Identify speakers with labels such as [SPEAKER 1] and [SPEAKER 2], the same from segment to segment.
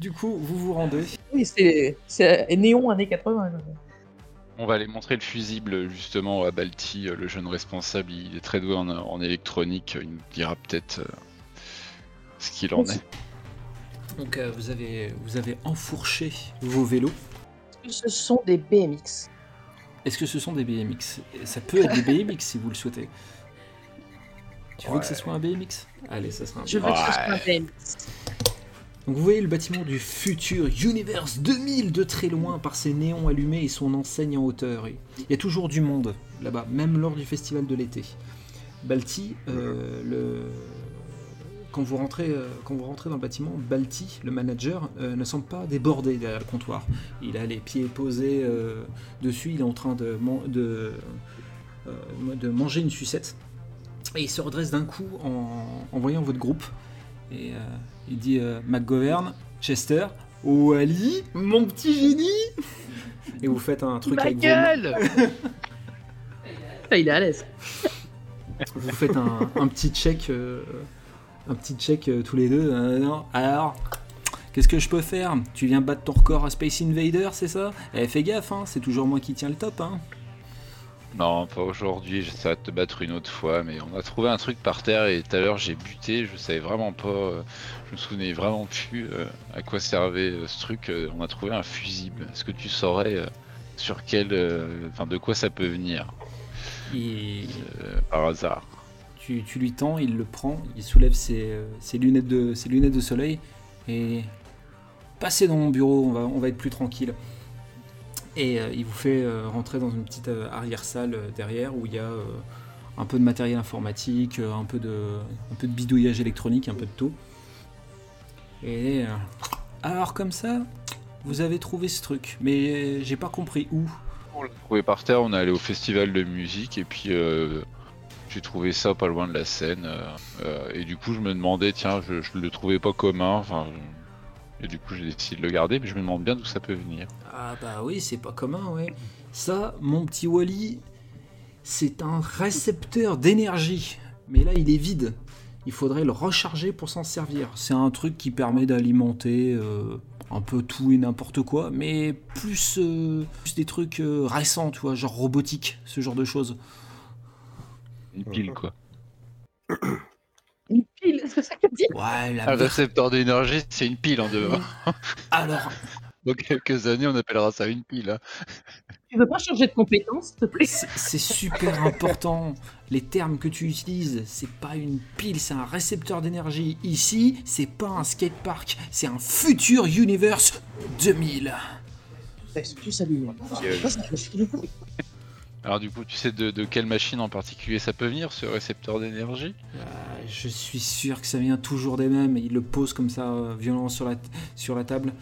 [SPEAKER 1] Du coup, vous vous rendez.
[SPEAKER 2] Oui, c'est c'est néon années 80. quoi.
[SPEAKER 3] On va aller montrer le fusible justement à Balti, euh, le jeune responsable. Il est très doué en, en électronique. Il nous dira peut-être euh, ce qu'il en est.
[SPEAKER 1] Donc euh, vous avez vous avez enfourché vos vélos.
[SPEAKER 2] Ce sont des BMX.
[SPEAKER 1] Est-ce que ce sont des BMX Ça peut être des BMX si vous le souhaitez. Tu veux que ce
[SPEAKER 3] Ouais.
[SPEAKER 1] soit un BMX Allez, ça sera un
[SPEAKER 2] Je veux que ce soit un BMX.
[SPEAKER 1] Donc vous voyez le bâtiment du futur Universe 2000 de très loin par ses néons allumés et son enseigne en hauteur. Et Il y a toujours du monde là-bas, même lors du festival de l'été. Balti, euh, le... quand, vous rentrez, euh, quand vous rentrez dans le bâtiment, Balti, le manager, euh, ne semble pas débordé derrière le comptoir. Il a les pieds posés euh, dessus, il est en train de, man- de, euh, de manger une sucette. Et il se redresse d'un coup en, en voyant votre groupe. Et euh, il dit euh, McGovern, Chester, Wally, mon petit génie Et vous faites un truc
[SPEAKER 2] Ma
[SPEAKER 1] avec vos mains.
[SPEAKER 2] gueule Ah, Il est à l'aise.
[SPEAKER 1] Vous faites un, un petit check, euh, un petit check euh, tous les deux. Euh, non. Alors, qu'est-ce que je peux faire Tu viens battre ton record à Space Invader, c'est ça Eh, fais gaffe, hein, c'est toujours moi qui tiens le top. Hein.
[SPEAKER 3] Non, pas aujourd'hui. J'essaie de te battre une autre fois. Mais on a trouvé un truc par terre et tout à l'heure j'ai buté. Je savais vraiment pas. euh, je me souvenais vraiment plus euh, à quoi servait euh, ce truc. Euh, on a trouvé un fusible. Est-ce que tu saurais euh, sur quel. euh, Enfin, de quoi ça peut venir
[SPEAKER 1] Et
[SPEAKER 3] euh, par hasard
[SPEAKER 1] tu, tu lui tends, il le prend, il soulève ses, euh, ses lunettes, de, ses lunettes de soleil et passez dans mon bureau, on va, on va être plus tranquille. Et euh, il vous fait euh, rentrer dans une petite euh, arrière-salle euh, derrière où il y a euh, un peu de matériel informatique, euh, un, peu de, un peu de bidouillage électronique, un peu de tout. Et euh, alors comme ça, vous avez trouvé ce truc, mais j'ai pas compris où.
[SPEAKER 3] On l'a trouvé par terre, on est allé au festival de musique et puis euh, j'ai trouvé ça pas loin de la scène. euh, euh, et du coup, je me demandais, tiens, je, je le trouvais pas commun. Enfin, et du coup, j'ai décidé de le garder, mais je me demande bien d'où ça peut venir.
[SPEAKER 1] Ah bah oui, c'est pas commun, ouais. Ça, mon petit Wally, c'est un récepteur d'énergie. Mais là, il est vide. Il faudrait le recharger pour s'en servir. C'est un truc qui permet d'alimenter euh, un peu tout et n'importe quoi, mais plus, euh, plus des trucs euh, récents, tu vois, genre robotique, ce genre de choses.
[SPEAKER 3] Une pile, quoi.
[SPEAKER 2] Une pile, c'est ça que dit
[SPEAKER 1] Ouais, la
[SPEAKER 3] Un
[SPEAKER 1] merde.
[SPEAKER 3] récepteur d'énergie, c'est une pile en devant.
[SPEAKER 1] Alors,
[SPEAKER 3] Dans quelques années, on appellera ça une pile. hein.
[SPEAKER 2] Tu veux pas changer de compétence, s'il te plaît
[SPEAKER 1] C'est c'est super important. Les termes que tu utilises, c'est pas une pile, c'est un récepteur d'énergie. Ici, c'est pas un skatepark, c'est un futur universe 2000.
[SPEAKER 2] Excuse, salut. Ça, ça me fait beaucoup.
[SPEAKER 3] Alors, du coup, tu sais de, de quelle machine en particulier ça peut venir, ce récepteur d'énergie
[SPEAKER 1] Euh, Je suis sûr que ça vient toujours des mêmes. Il le pose comme ça, euh, violemment sur la, sur la table.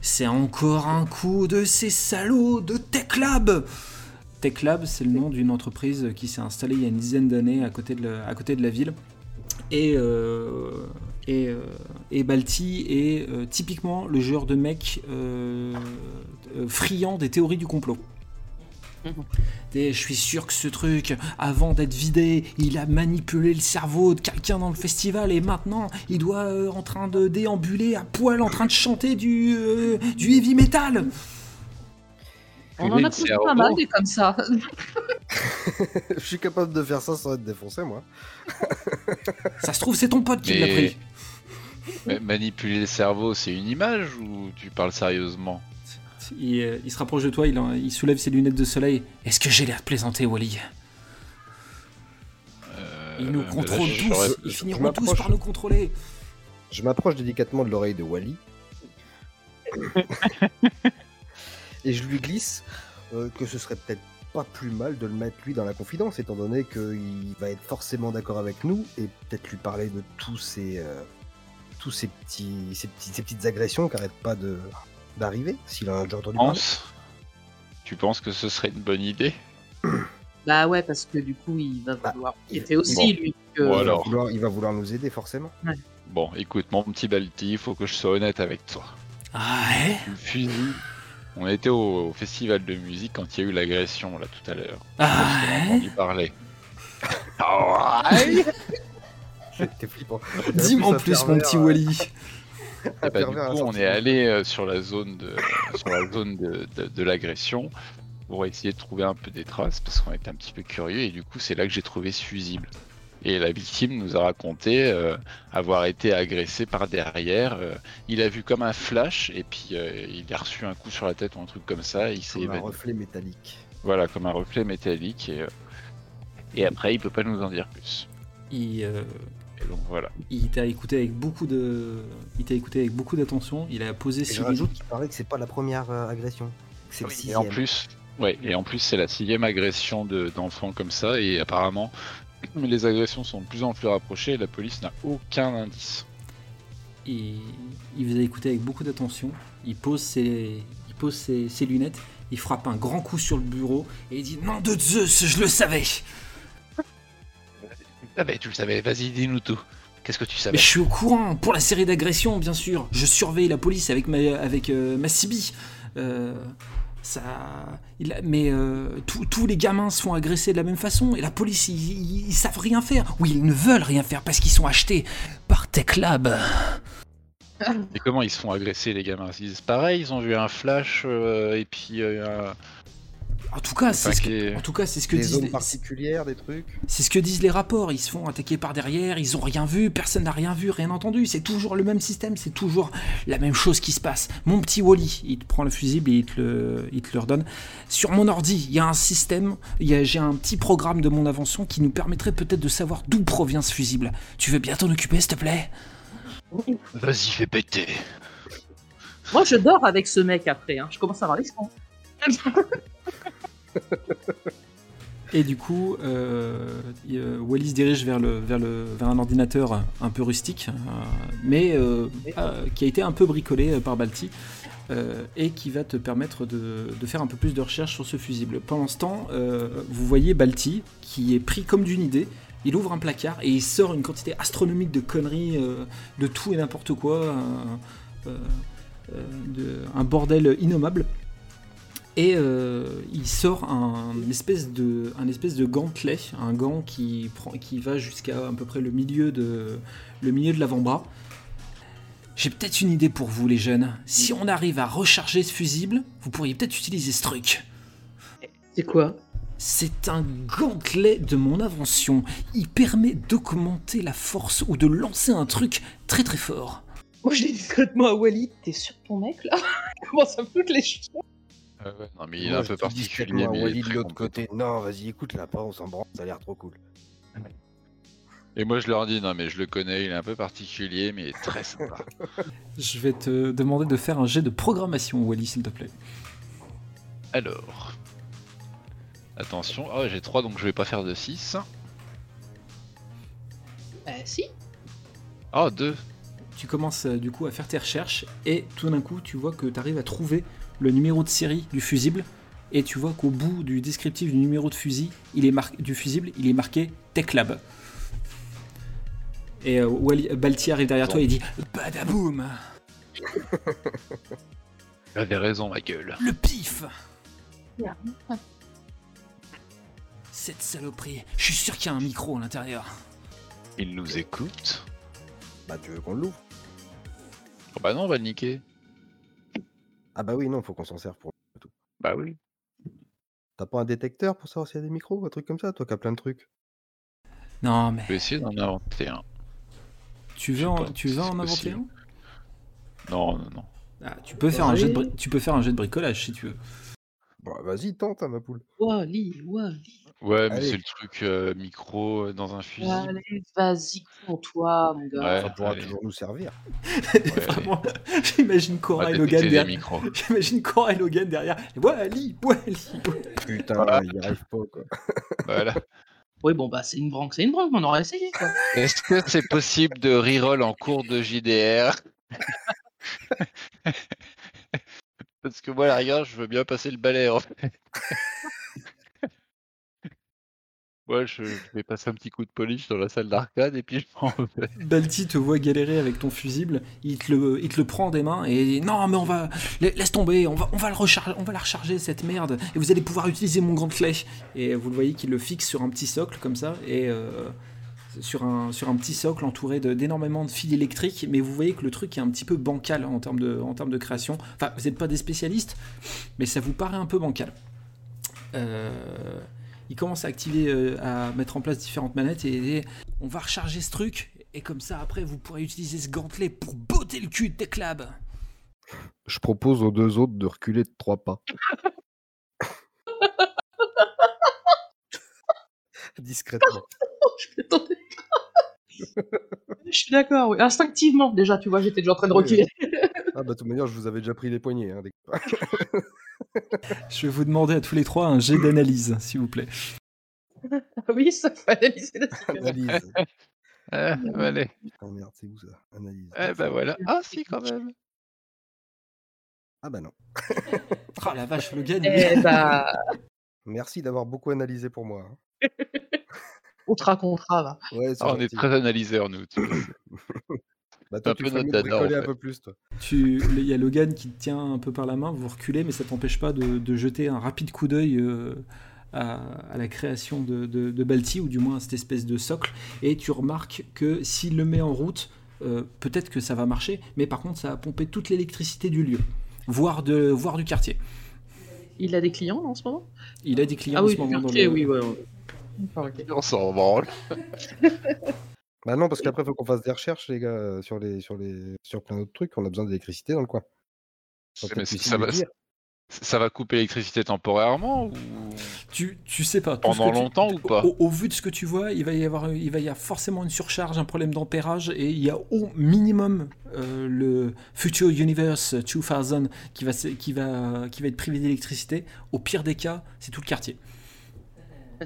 [SPEAKER 1] C'est encore un coup de ces salauds de Tech Lab Tech Lab, c'est le nom d'une entreprise qui s'est installée il y a une dizaine d'années à, côté de la- à côté de la ville. Et, euh, et, euh, et Balti est euh, typiquement le genre de mec euh, euh, friand des théories du complot. Et je suis sûr que ce truc, avant d'être vidé, il a manipulé le cerveau de quelqu'un dans le festival et maintenant il doit euh, en train de déambuler à poil en train de chanter du, euh, du heavy metal.
[SPEAKER 2] On en a
[SPEAKER 3] C'est
[SPEAKER 2] trouvé
[SPEAKER 3] arrogant.
[SPEAKER 2] pas mal des comme ça.
[SPEAKER 4] Je suis capable de faire ça sans être défoncé, moi.
[SPEAKER 1] Ça se trouve, c'est ton pote qui l'a
[SPEAKER 3] Mais-
[SPEAKER 1] pris.
[SPEAKER 3] Ma- Manipuler le cerveau, c'est une image ou tu parles sérieusement
[SPEAKER 1] Il, euh, il se rapproche de toi, il, en- il soulève ses lunettes de soleil. Est-ce que j'ai l'air de plaisanter, Wally Ils nous
[SPEAKER 3] Euh,
[SPEAKER 1] contrôlent
[SPEAKER 3] je- je saurais-
[SPEAKER 1] tous, ils
[SPEAKER 4] je
[SPEAKER 1] finiront
[SPEAKER 4] m'approche.
[SPEAKER 1] tous par nous contrôler.
[SPEAKER 4] Je m'approche délicatement de l'oreille de Wally. et je lui glisse euh, que ce serait peut-être pas plus mal de le mettre lui dans la confidence, étant donné qu'il va être forcément d'accord avec nous et peut-être lui parler de tous ces, euh, tous ces, petits, ces, petits- ces petites agressions qui n'arrêtent pas de d'arriver, s'il en a déjà entendu parler.
[SPEAKER 3] Pense Tu penses que ce serait une bonne idée
[SPEAKER 2] Bah ouais, parce que du coup, il va
[SPEAKER 4] Bah,
[SPEAKER 2] vouloir
[SPEAKER 4] il-
[SPEAKER 2] était aussi,
[SPEAKER 3] bon.
[SPEAKER 2] lui. Que...
[SPEAKER 4] Il va
[SPEAKER 3] Voilà. alors.
[SPEAKER 4] vouloir- il va vouloir nous aider, forcément.
[SPEAKER 3] Bon, écoute, mon petit Balti, il faut que je sois honnête avec toi.
[SPEAKER 1] Ah ouais
[SPEAKER 3] Tu me fusilles. On était au, au festival de musique quand il y a eu l'agression, là, tout à l'heure.
[SPEAKER 1] Ah
[SPEAKER 3] On Oh, a
[SPEAKER 1] ouais
[SPEAKER 3] entendu parler. Alright.
[SPEAKER 4] T'es flippant.
[SPEAKER 1] Dis-moi en plus, mon petit Wally.
[SPEAKER 3] Et bah, du
[SPEAKER 4] pervers à la
[SPEAKER 3] coup, on
[SPEAKER 4] sortie.
[SPEAKER 3] est allé euh, sur la zone de, sur la zone de, de- de l'agression pour essayer de trouver un peu des traces parce qu'on était un petit peu curieux et du coup, c'est là que j'ai trouvé ce fusible. Et la victime nous a raconté euh, avoir été agressé par derrière. euh, il a vu comme un flash et puis euh, il a reçu un coup sur la tête ou un truc comme ça. et il s'est
[SPEAKER 4] Comme un
[SPEAKER 3] évanoui.
[SPEAKER 4] reflet métallique.
[SPEAKER 3] Voilà, comme un reflet métallique et, euh, et après, il peut pas nous en dire plus.
[SPEAKER 1] Il, euh,
[SPEAKER 3] Et donc voilà.
[SPEAKER 1] il t'a écouté avec beaucoup de, il t'a écouté avec beaucoup d'attention. Il a posé
[SPEAKER 4] Et
[SPEAKER 1] ses
[SPEAKER 4] je
[SPEAKER 1] bijoux.
[SPEAKER 4] rajoute qu'il paraît que c'est pas la première euh, agression. que C'est le
[SPEAKER 3] Et en
[SPEAKER 4] sixième.
[SPEAKER 3] plus, ouais, et en plus c'est la sixième agression de- d'enfants comme ça, et apparemment les agressions sont de plus en plus rapprochées et la police n'a aucun indice.
[SPEAKER 1] Il, il vous a écouté avec beaucoup d'attention. Il pose, ses, il pose ses, ses lunettes. Il frappe un grand coup sur le bureau et il dit Nom de Zeus, je le savais
[SPEAKER 3] Ah bah tu le savais, vas-y dis-nous tout. Qu'est-ce que tu savais
[SPEAKER 1] Mais je suis au courant pour la série d'agressions, bien sûr. Je surveille la police avec ma, avec, euh, ma CB. Euh, ça, il a- mais euh, tous- tous les gamins se font agresser de la même façon et la police, ils, ils- ils savent rien faire. Oui, ils ne veulent rien faire parce qu'ils sont achetés par Tech Lab.
[SPEAKER 3] Et comment ils se font agresser les gamins Ils disent pareil, ils ont vu un flash euh, et puis euh, un-
[SPEAKER 1] En tout cas, c'est
[SPEAKER 3] Enfin,
[SPEAKER 1] ce
[SPEAKER 3] qui est-
[SPEAKER 1] que, en tout cas, c'est ce que
[SPEAKER 4] Des
[SPEAKER 1] disent
[SPEAKER 4] zones
[SPEAKER 1] les,
[SPEAKER 4] particulières, des trucs.
[SPEAKER 1] c'est ce que disent les rapports. Ils se font attaquer par derrière, ils ont rien vu, personne n'a rien vu, rien entendu. C'est toujours le même système, c'est toujours la même chose qui se passe. Mon petit Wally, il te prend le fusible et il te le, il te le redonne. Sur mon ordi, il y a un système, il y a- j'ai un petit programme de mon invention qui nous permettrait peut-être de savoir d'où provient ce fusible. Tu veux bien t'en occuper, s'il te plaît
[SPEAKER 3] vas-y fais péter.
[SPEAKER 5] Moi, je dors avec ce mec après. hein. Je commence à avoir les seins.
[SPEAKER 1] Et du coup, euh, il- euh, Wally se dirige vers, le, vers, le, vers un ordinateur un peu rustique, euh, mais euh, euh, qui a été un peu bricolé euh, par Balti, euh, et qui va te permettre de, de faire un peu plus de recherche sur ce fusible. Pendant ce temps, euh, vous voyez Balti, qui est pris comme d'une idée, il ouvre un placard et il sort une quantité astronomique de conneries, euh, de tout et n'importe quoi, euh, euh, euh, de- un bordel innommable et euh, il sort un espèce de un espèce de gantelet, un gant qui prend qui va jusqu'à à peu près le milieu de le milieu de l'avant-bras. J'ai peut-être une idée pour vous les jeunes. Si on arrive à recharger ce fusible, vous pourriez peut-être utiliser ce truc.
[SPEAKER 5] C'est quoi
[SPEAKER 1] C'est un gantelet de mon invention. Il permet d'augmenter la force ou de lancer un truc très très fort.
[SPEAKER 5] Moi, je dis discrètement à Wally, t'es sur ton mec là Il Commence à me foutre les cheveux.
[SPEAKER 3] Euh, ouais, non mais il est
[SPEAKER 4] Moi,
[SPEAKER 3] un
[SPEAKER 4] je
[SPEAKER 3] peu
[SPEAKER 4] dis discrètement
[SPEAKER 3] particulier.
[SPEAKER 4] à
[SPEAKER 3] mais il est
[SPEAKER 4] Wally de
[SPEAKER 3] très
[SPEAKER 4] l'autre
[SPEAKER 3] compétent.
[SPEAKER 4] côté. Non, vas-y, écoute là, pas on s'en branle, ça a l'air trop cool.
[SPEAKER 3] Et moi je leur dis non mais je le connais, il est un peu particulier mais très sympa.
[SPEAKER 1] Je vais te demander de faire un jet de programmation, Wally, s'il te plaît.
[SPEAKER 3] Alors. Attention, oh, j'ai 3 donc je vais pas faire de 6.
[SPEAKER 5] Bah, si.
[SPEAKER 3] Oh, 2
[SPEAKER 1] Tu commences euh, du coup à faire tes recherches et tout d'un coup tu vois que tu arrives à trouver le numéro de série du fusible et tu vois qu'au bout du descriptif du numéro de fusil, il est mar- du fusible, il est marqué Tech Lab. Et euh, Wally- euh, Balti arrive derrière toi et dit Badaboum
[SPEAKER 3] J'avais raison, ma gueule.
[SPEAKER 1] Le pif Cette saloperie, je suis sûr qu'il y a un micro à l'intérieur.
[SPEAKER 3] Il nous écoute
[SPEAKER 4] Bah, tu veux qu'on l'ouvre
[SPEAKER 3] Oh Bah non, on va le niquer.
[SPEAKER 4] Ah, bah oui, non, faut qu'on s'en serve pour.
[SPEAKER 3] Bah oui.
[SPEAKER 4] T'as pas un détecteur pour savoir s'il y a des micros, un truc comme ça, toi qui as plein de trucs
[SPEAKER 1] Non mais
[SPEAKER 3] Je vais essayer d'en inventer un.
[SPEAKER 1] tu veux en,
[SPEAKER 3] pas,
[SPEAKER 1] tu veux
[SPEAKER 3] c'est
[SPEAKER 1] en inventer
[SPEAKER 3] possible.
[SPEAKER 1] un
[SPEAKER 3] Non, non, non.
[SPEAKER 1] Ah, tu, peux faire un
[SPEAKER 5] Oui.
[SPEAKER 1] jet de bri- tu peux faire un jet de bricolage si tu veux.
[SPEAKER 4] Bah, vas-y, tente, hein, ma poule.
[SPEAKER 5] Wally, Wally.
[SPEAKER 3] Ouais, mais
[SPEAKER 4] Allez.
[SPEAKER 3] c'est le truc euh, micro euh, dans un fusil.
[SPEAKER 5] Allez, vas-y, prends-toi, mon gars.
[SPEAKER 3] Ouais,
[SPEAKER 4] Ça pourra
[SPEAKER 3] allez,
[SPEAKER 4] toujours nous servir.
[SPEAKER 3] ouais, allez.
[SPEAKER 1] Vraiment, j'imagine
[SPEAKER 3] On va
[SPEAKER 1] Cora et
[SPEAKER 3] détecter
[SPEAKER 1] Logan
[SPEAKER 3] des
[SPEAKER 1] derrière.
[SPEAKER 3] micros.
[SPEAKER 1] J'imagine Cora et Logan derrière. Wally, Wally.
[SPEAKER 4] Putain,
[SPEAKER 3] Voilà.
[SPEAKER 4] il y arrive pas, quoi.
[SPEAKER 3] Voilà.
[SPEAKER 5] Oui, bon, bah, c'est une branque, c'est une branque, mais on aurait essayé, quoi.
[SPEAKER 3] Est-ce que c'est possible de reroll en cours de JDR Parce que moi, à la rigueur, je veux bien passer le balai, en fait. Ouais, je je vais passer un petit coup de polish dans la salle d'arcade et puis je m'en vais.
[SPEAKER 1] Balti te voit galérer avec ton fusible. Il te le, il te le prend des mains et il dit, non mais on va la- laisse tomber. On va, on va le recharger, on va la recharger cette merde et vous allez pouvoir utiliser mon grand clé. Et vous le voyez qu'il le fixe sur un petit socle comme ça et euh, sur un, sur un petit socle entouré de- d'énormément de fils électriques, mais vous voyez que le truc est un petit peu bancal en termes de, en termes de création. Enfin, vous n'êtes pas des spécialistes, mais ça vous paraît un peu bancal. Euh, il commence à activer, euh, à mettre en place différentes manettes et, et on va recharger ce truc, et comme ça après vous pourrez utiliser ce gantelet pour botter le cul de tes clubs.
[SPEAKER 4] Je propose aux deux autres de reculer de trois pas. Discrètement.
[SPEAKER 5] Je m'attendais pas. Je suis d'accord, oui. Instinctivement, déjà, tu vois, j'étais déjà en train de reculer.
[SPEAKER 4] Ah bah de toute manière, je vous avais déjà pris les poignets. hein, des-
[SPEAKER 1] Je vais vous demander à tous les trois un jet d'analyse, s'il vous plaît.
[SPEAKER 5] Ah oui, ça faut analyser la situation.
[SPEAKER 4] Analyse.
[SPEAKER 3] Ah, bah, allez.
[SPEAKER 4] Ah merde, c'est où ça Analyse.
[SPEAKER 3] Eh ben voilà. Ah si quand même.
[SPEAKER 4] Ah bah non.
[SPEAKER 1] Oh la vache, le gagne
[SPEAKER 5] Eh
[SPEAKER 1] ben.
[SPEAKER 5] bah,
[SPEAKER 4] Merci d'avoir beaucoup analysé pour moi. hein.
[SPEAKER 5] outra contra, va.
[SPEAKER 4] Ouais, c'est
[SPEAKER 3] Ah, on est
[SPEAKER 4] gentil.
[SPEAKER 3] très analyseurs nous. tu vois.
[SPEAKER 4] Bah toi,
[SPEAKER 3] un
[SPEAKER 4] tu
[SPEAKER 3] peu
[SPEAKER 4] ferais mieux
[SPEAKER 3] notre
[SPEAKER 4] de
[SPEAKER 3] dada, en
[SPEAKER 4] bricoler un
[SPEAKER 3] fait.
[SPEAKER 4] peu plus, toi.
[SPEAKER 1] Tu- Il y a Logan qui te tient un peu par la main, vous reculez, mais ça t'empêche pas de, de jeter un rapide coup d'œil euh, à, à la création de, de, de Balti, ou du moins à cette espèce de socle, et tu remarques que s'il le met en route, euh, peut-être que ça va marcher, mais par contre ça va pomper toute l'électricité du lieu, voire, de, voire du quartier.
[SPEAKER 5] Il a des clients là, en ce moment
[SPEAKER 1] Il a des clients
[SPEAKER 5] Ah
[SPEAKER 1] en
[SPEAKER 5] oui,
[SPEAKER 1] ce moment
[SPEAKER 5] du
[SPEAKER 1] dans
[SPEAKER 5] quartier,
[SPEAKER 1] le-
[SPEAKER 5] oui, ouais. ouais. D'accord, ok.
[SPEAKER 3] On s'en branle.
[SPEAKER 4] Bah non, parce qu'après, faut qu'on fasse des recherches, les gars, euh, sur, les, sur, les, sur plein d'autres trucs. On a besoin d'électricité dans le coin. Faut
[SPEAKER 3] Mais
[SPEAKER 4] peut-être
[SPEAKER 3] ça-
[SPEAKER 4] aussi
[SPEAKER 3] ça
[SPEAKER 4] le
[SPEAKER 3] va-
[SPEAKER 4] dire.
[SPEAKER 3] Ça va couper l'électricité temporairement ou
[SPEAKER 1] Tu, tu sais pas. tout ce
[SPEAKER 3] pendant
[SPEAKER 1] que tu-
[SPEAKER 3] longtemps ou pas
[SPEAKER 1] Au, au vu de ce que tu vois, il va y avoir, il va y avoir forcément une surcharge, un problème d'ampérage, et il y a au minimum euh, le Future Universe 2000 qui va, se- qui va, qui va être privé d'électricité. Au pire des cas, c'est tout le quartier.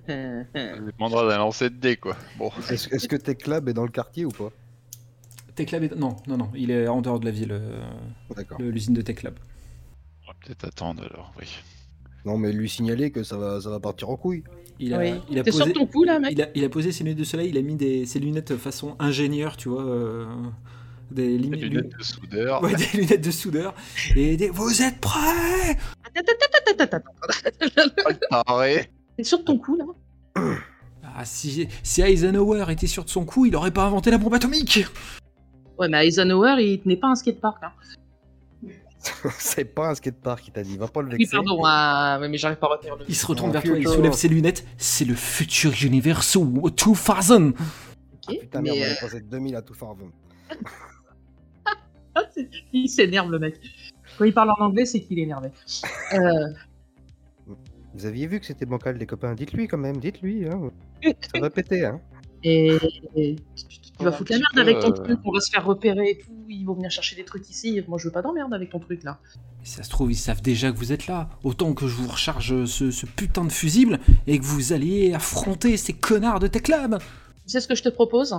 [SPEAKER 3] Ça dépendra d'un lancer de dés quoi. oh. Bon.
[SPEAKER 4] Est-ce est-ce que tes clubs est dans le quartier ou pas
[SPEAKER 1] Techlab est... Non, non, non, il est en dehors de la ville, euh,
[SPEAKER 4] D'accord.
[SPEAKER 1] le- l'usine de Techlab.
[SPEAKER 3] On va peut-être attendre alors, oui.
[SPEAKER 4] Non, mais lui signaler que ça va, ça va partir en couille.
[SPEAKER 1] Il a,
[SPEAKER 5] Oui.
[SPEAKER 1] il a
[SPEAKER 5] T'es
[SPEAKER 1] posé...
[SPEAKER 5] sur ton coup là, mec
[SPEAKER 1] Il a, il a posé ses lunettes de soleil, il a mis des, ses lunettes façon ingénieur, tu vois, euh, des limi-
[SPEAKER 3] Des lunettes de soudeur.
[SPEAKER 1] Ouais, des lunettes de soudeur, et des... Vous êtes prêts
[SPEAKER 3] Ah, ouais.
[SPEAKER 5] T'es sur ton coup là
[SPEAKER 1] Ah, si, si Eisenhower était sûr de son coup, il aurait pas inventé la bombe atomique
[SPEAKER 5] Ouais, mais Eisenhower, il tenait pas un skatepark. Hein.
[SPEAKER 4] c'est pas un skatepark, il t'a dit. Va pas le
[SPEAKER 5] Oui,
[SPEAKER 4] vexer.
[SPEAKER 5] pardon, ah, ouais, mais j'arrive pas à retenir le. Ah,
[SPEAKER 1] Il se retourne
[SPEAKER 4] Oh,
[SPEAKER 1] vers toi, il
[SPEAKER 4] putain.
[SPEAKER 1] soulève ses lunettes. C'est le futur universe 2000
[SPEAKER 4] Ah,
[SPEAKER 5] Ok,
[SPEAKER 4] putain, merde,
[SPEAKER 5] mais
[SPEAKER 4] on
[SPEAKER 5] euh,
[SPEAKER 4] a passé 2000 à tout faire.
[SPEAKER 5] il s'énerve le mec. Quand il parle en anglais, c'est qu'il est énervé. Euh,
[SPEAKER 4] Vous aviez vu que c'était bancal, les copains. Dites-lui quand même, dites-lui. hein. Ça va péter, hein.
[SPEAKER 5] et, et tu, tu- tu
[SPEAKER 3] Ouais,
[SPEAKER 5] vas
[SPEAKER 3] un
[SPEAKER 5] foutre la
[SPEAKER 3] petit
[SPEAKER 5] merde
[SPEAKER 3] peu,
[SPEAKER 5] avec ton
[SPEAKER 3] euh.
[SPEAKER 5] truc, on va se faire repérer et tout, ils vont venir chercher des trucs ici, moi je veux pas d'emmerde avec ton truc là.
[SPEAKER 1] Ça se trouve, ils savent déjà que vous êtes là. Autant que je vous recharge ce, ce putain de fusible et que vous alliez affronter ces connards de Tech Lab.
[SPEAKER 5] Tu sais ce que je te propose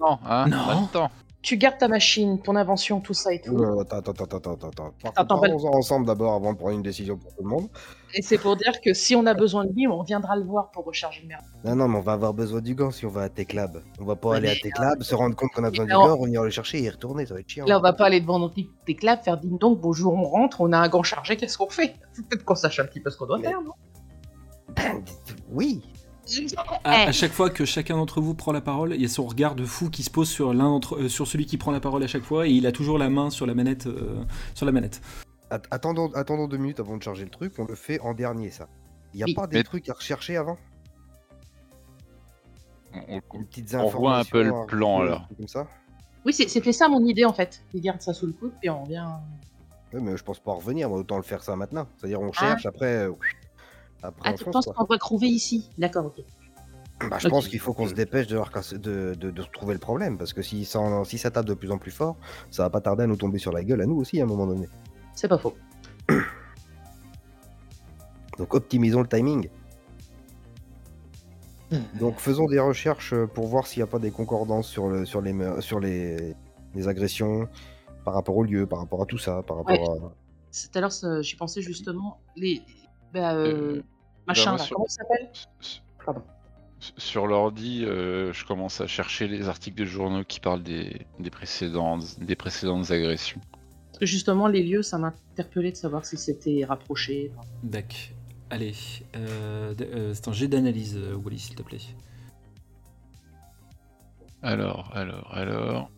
[SPEAKER 3] Non, hein,
[SPEAKER 1] Non.
[SPEAKER 3] en même temps.
[SPEAKER 5] Tu gardes ta machine, ton invention, tout ça et tout.
[SPEAKER 4] Ouh, Attends, attends, attends, attends, attends, attends. Par
[SPEAKER 5] Attends,
[SPEAKER 4] contre, Parlons-en ensemble d'abord avant de prendre une décision pour tout le monde.
[SPEAKER 5] Et c'est pour dire que si on a besoin de lui, on reviendra le voir pour recharger le merde.
[SPEAKER 4] Non, non, mais on va avoir besoin du gant si on va à Techlab. On va pas
[SPEAKER 5] Ouais,
[SPEAKER 4] aller à
[SPEAKER 5] mais-
[SPEAKER 4] Techlab, se rendre compte qu'on a besoin du
[SPEAKER 5] Alors-
[SPEAKER 4] gant, revenir le chercher et y retourner, ça va être chiant.
[SPEAKER 5] Là, on va pas aller devant nos petits petits clubs, faire ding dong, bonjour, on rentre, on a un gant chargé, qu'est-ce qu'on fait Faut Peut-être qu'on sache un petit peu ce qu'on doit
[SPEAKER 4] Mais-
[SPEAKER 5] faire, non
[SPEAKER 4] Oui,
[SPEAKER 1] À, à chaque fois que chacun d'entre vous prend la parole, il y a son regard de fou qui se pose sur l'un d'entre, euh, sur celui qui prend la parole à chaque fois, et il a toujours la main sur la manette, euh, sur la manette.
[SPEAKER 4] At- attendons, attendons deux minutes avant de charger le truc, on le fait en dernier ça. Il n'y a
[SPEAKER 5] Oui.
[SPEAKER 4] pas des
[SPEAKER 3] Mais-
[SPEAKER 4] trucs à rechercher avant
[SPEAKER 3] On- on-
[SPEAKER 4] Des petites
[SPEAKER 3] On
[SPEAKER 4] informations
[SPEAKER 3] voit un peu le
[SPEAKER 4] à-
[SPEAKER 3] plan,
[SPEAKER 4] un
[SPEAKER 3] alors.
[SPEAKER 4] truc Comme ça
[SPEAKER 5] Oui, c'est- c'était ça mon idée en fait. Il garde ça sous le coude, puis on revient.
[SPEAKER 4] Oui, mais je pense pas en revenir, mais autant le faire ça maintenant. C'est-à-dire on cherche, après... euh, Après
[SPEAKER 5] Hein? Ah,
[SPEAKER 4] on
[SPEAKER 5] tu
[SPEAKER 4] fonce,
[SPEAKER 5] penses
[SPEAKER 4] quoi.
[SPEAKER 5] qu'on doit trouver ici D'accord, ok.
[SPEAKER 4] Bah, je
[SPEAKER 5] Ok.
[SPEAKER 4] pense qu'il faut qu'on se dépêche de, leur casser- de, de, de trouver le problème, parce que si, ça- si ça tape de plus en plus fort, ça va pas tarder à nous tomber sur la gueule à nous aussi à un moment donné.
[SPEAKER 5] C'est pas faux.
[SPEAKER 4] Donc optimisons le timing. Donc faisons des recherches euh, pour voir s'il n'y a pas des concordances sur, le, sur, les, meurs- sur les, les agressions par rapport au lieu, par rapport à tout ça, par rapport à...
[SPEAKER 5] C'est- Tout à l'heure, ça- j'y pensais justement. Les. Bah, euh,
[SPEAKER 3] Euh, bah,
[SPEAKER 5] machin,
[SPEAKER 3] moi,
[SPEAKER 5] là.
[SPEAKER 3] sur-
[SPEAKER 5] Comment ça s'appelle
[SPEAKER 3] s-
[SPEAKER 5] Pardon.
[SPEAKER 3] s- Sur l'ordi, euh, je commence à chercher les articles de journaux qui parlent des, des, précédentes, des précédentes agressions.
[SPEAKER 5] Parce que justement, les lieux, ça m'interpellait de savoir si c'était rapproché. Enfin,
[SPEAKER 1] Dac. Allez, euh, d- euh, c'est un jet d'analyse, euh, Wally, s'il te plaît.
[SPEAKER 3] Alors, alors, alors.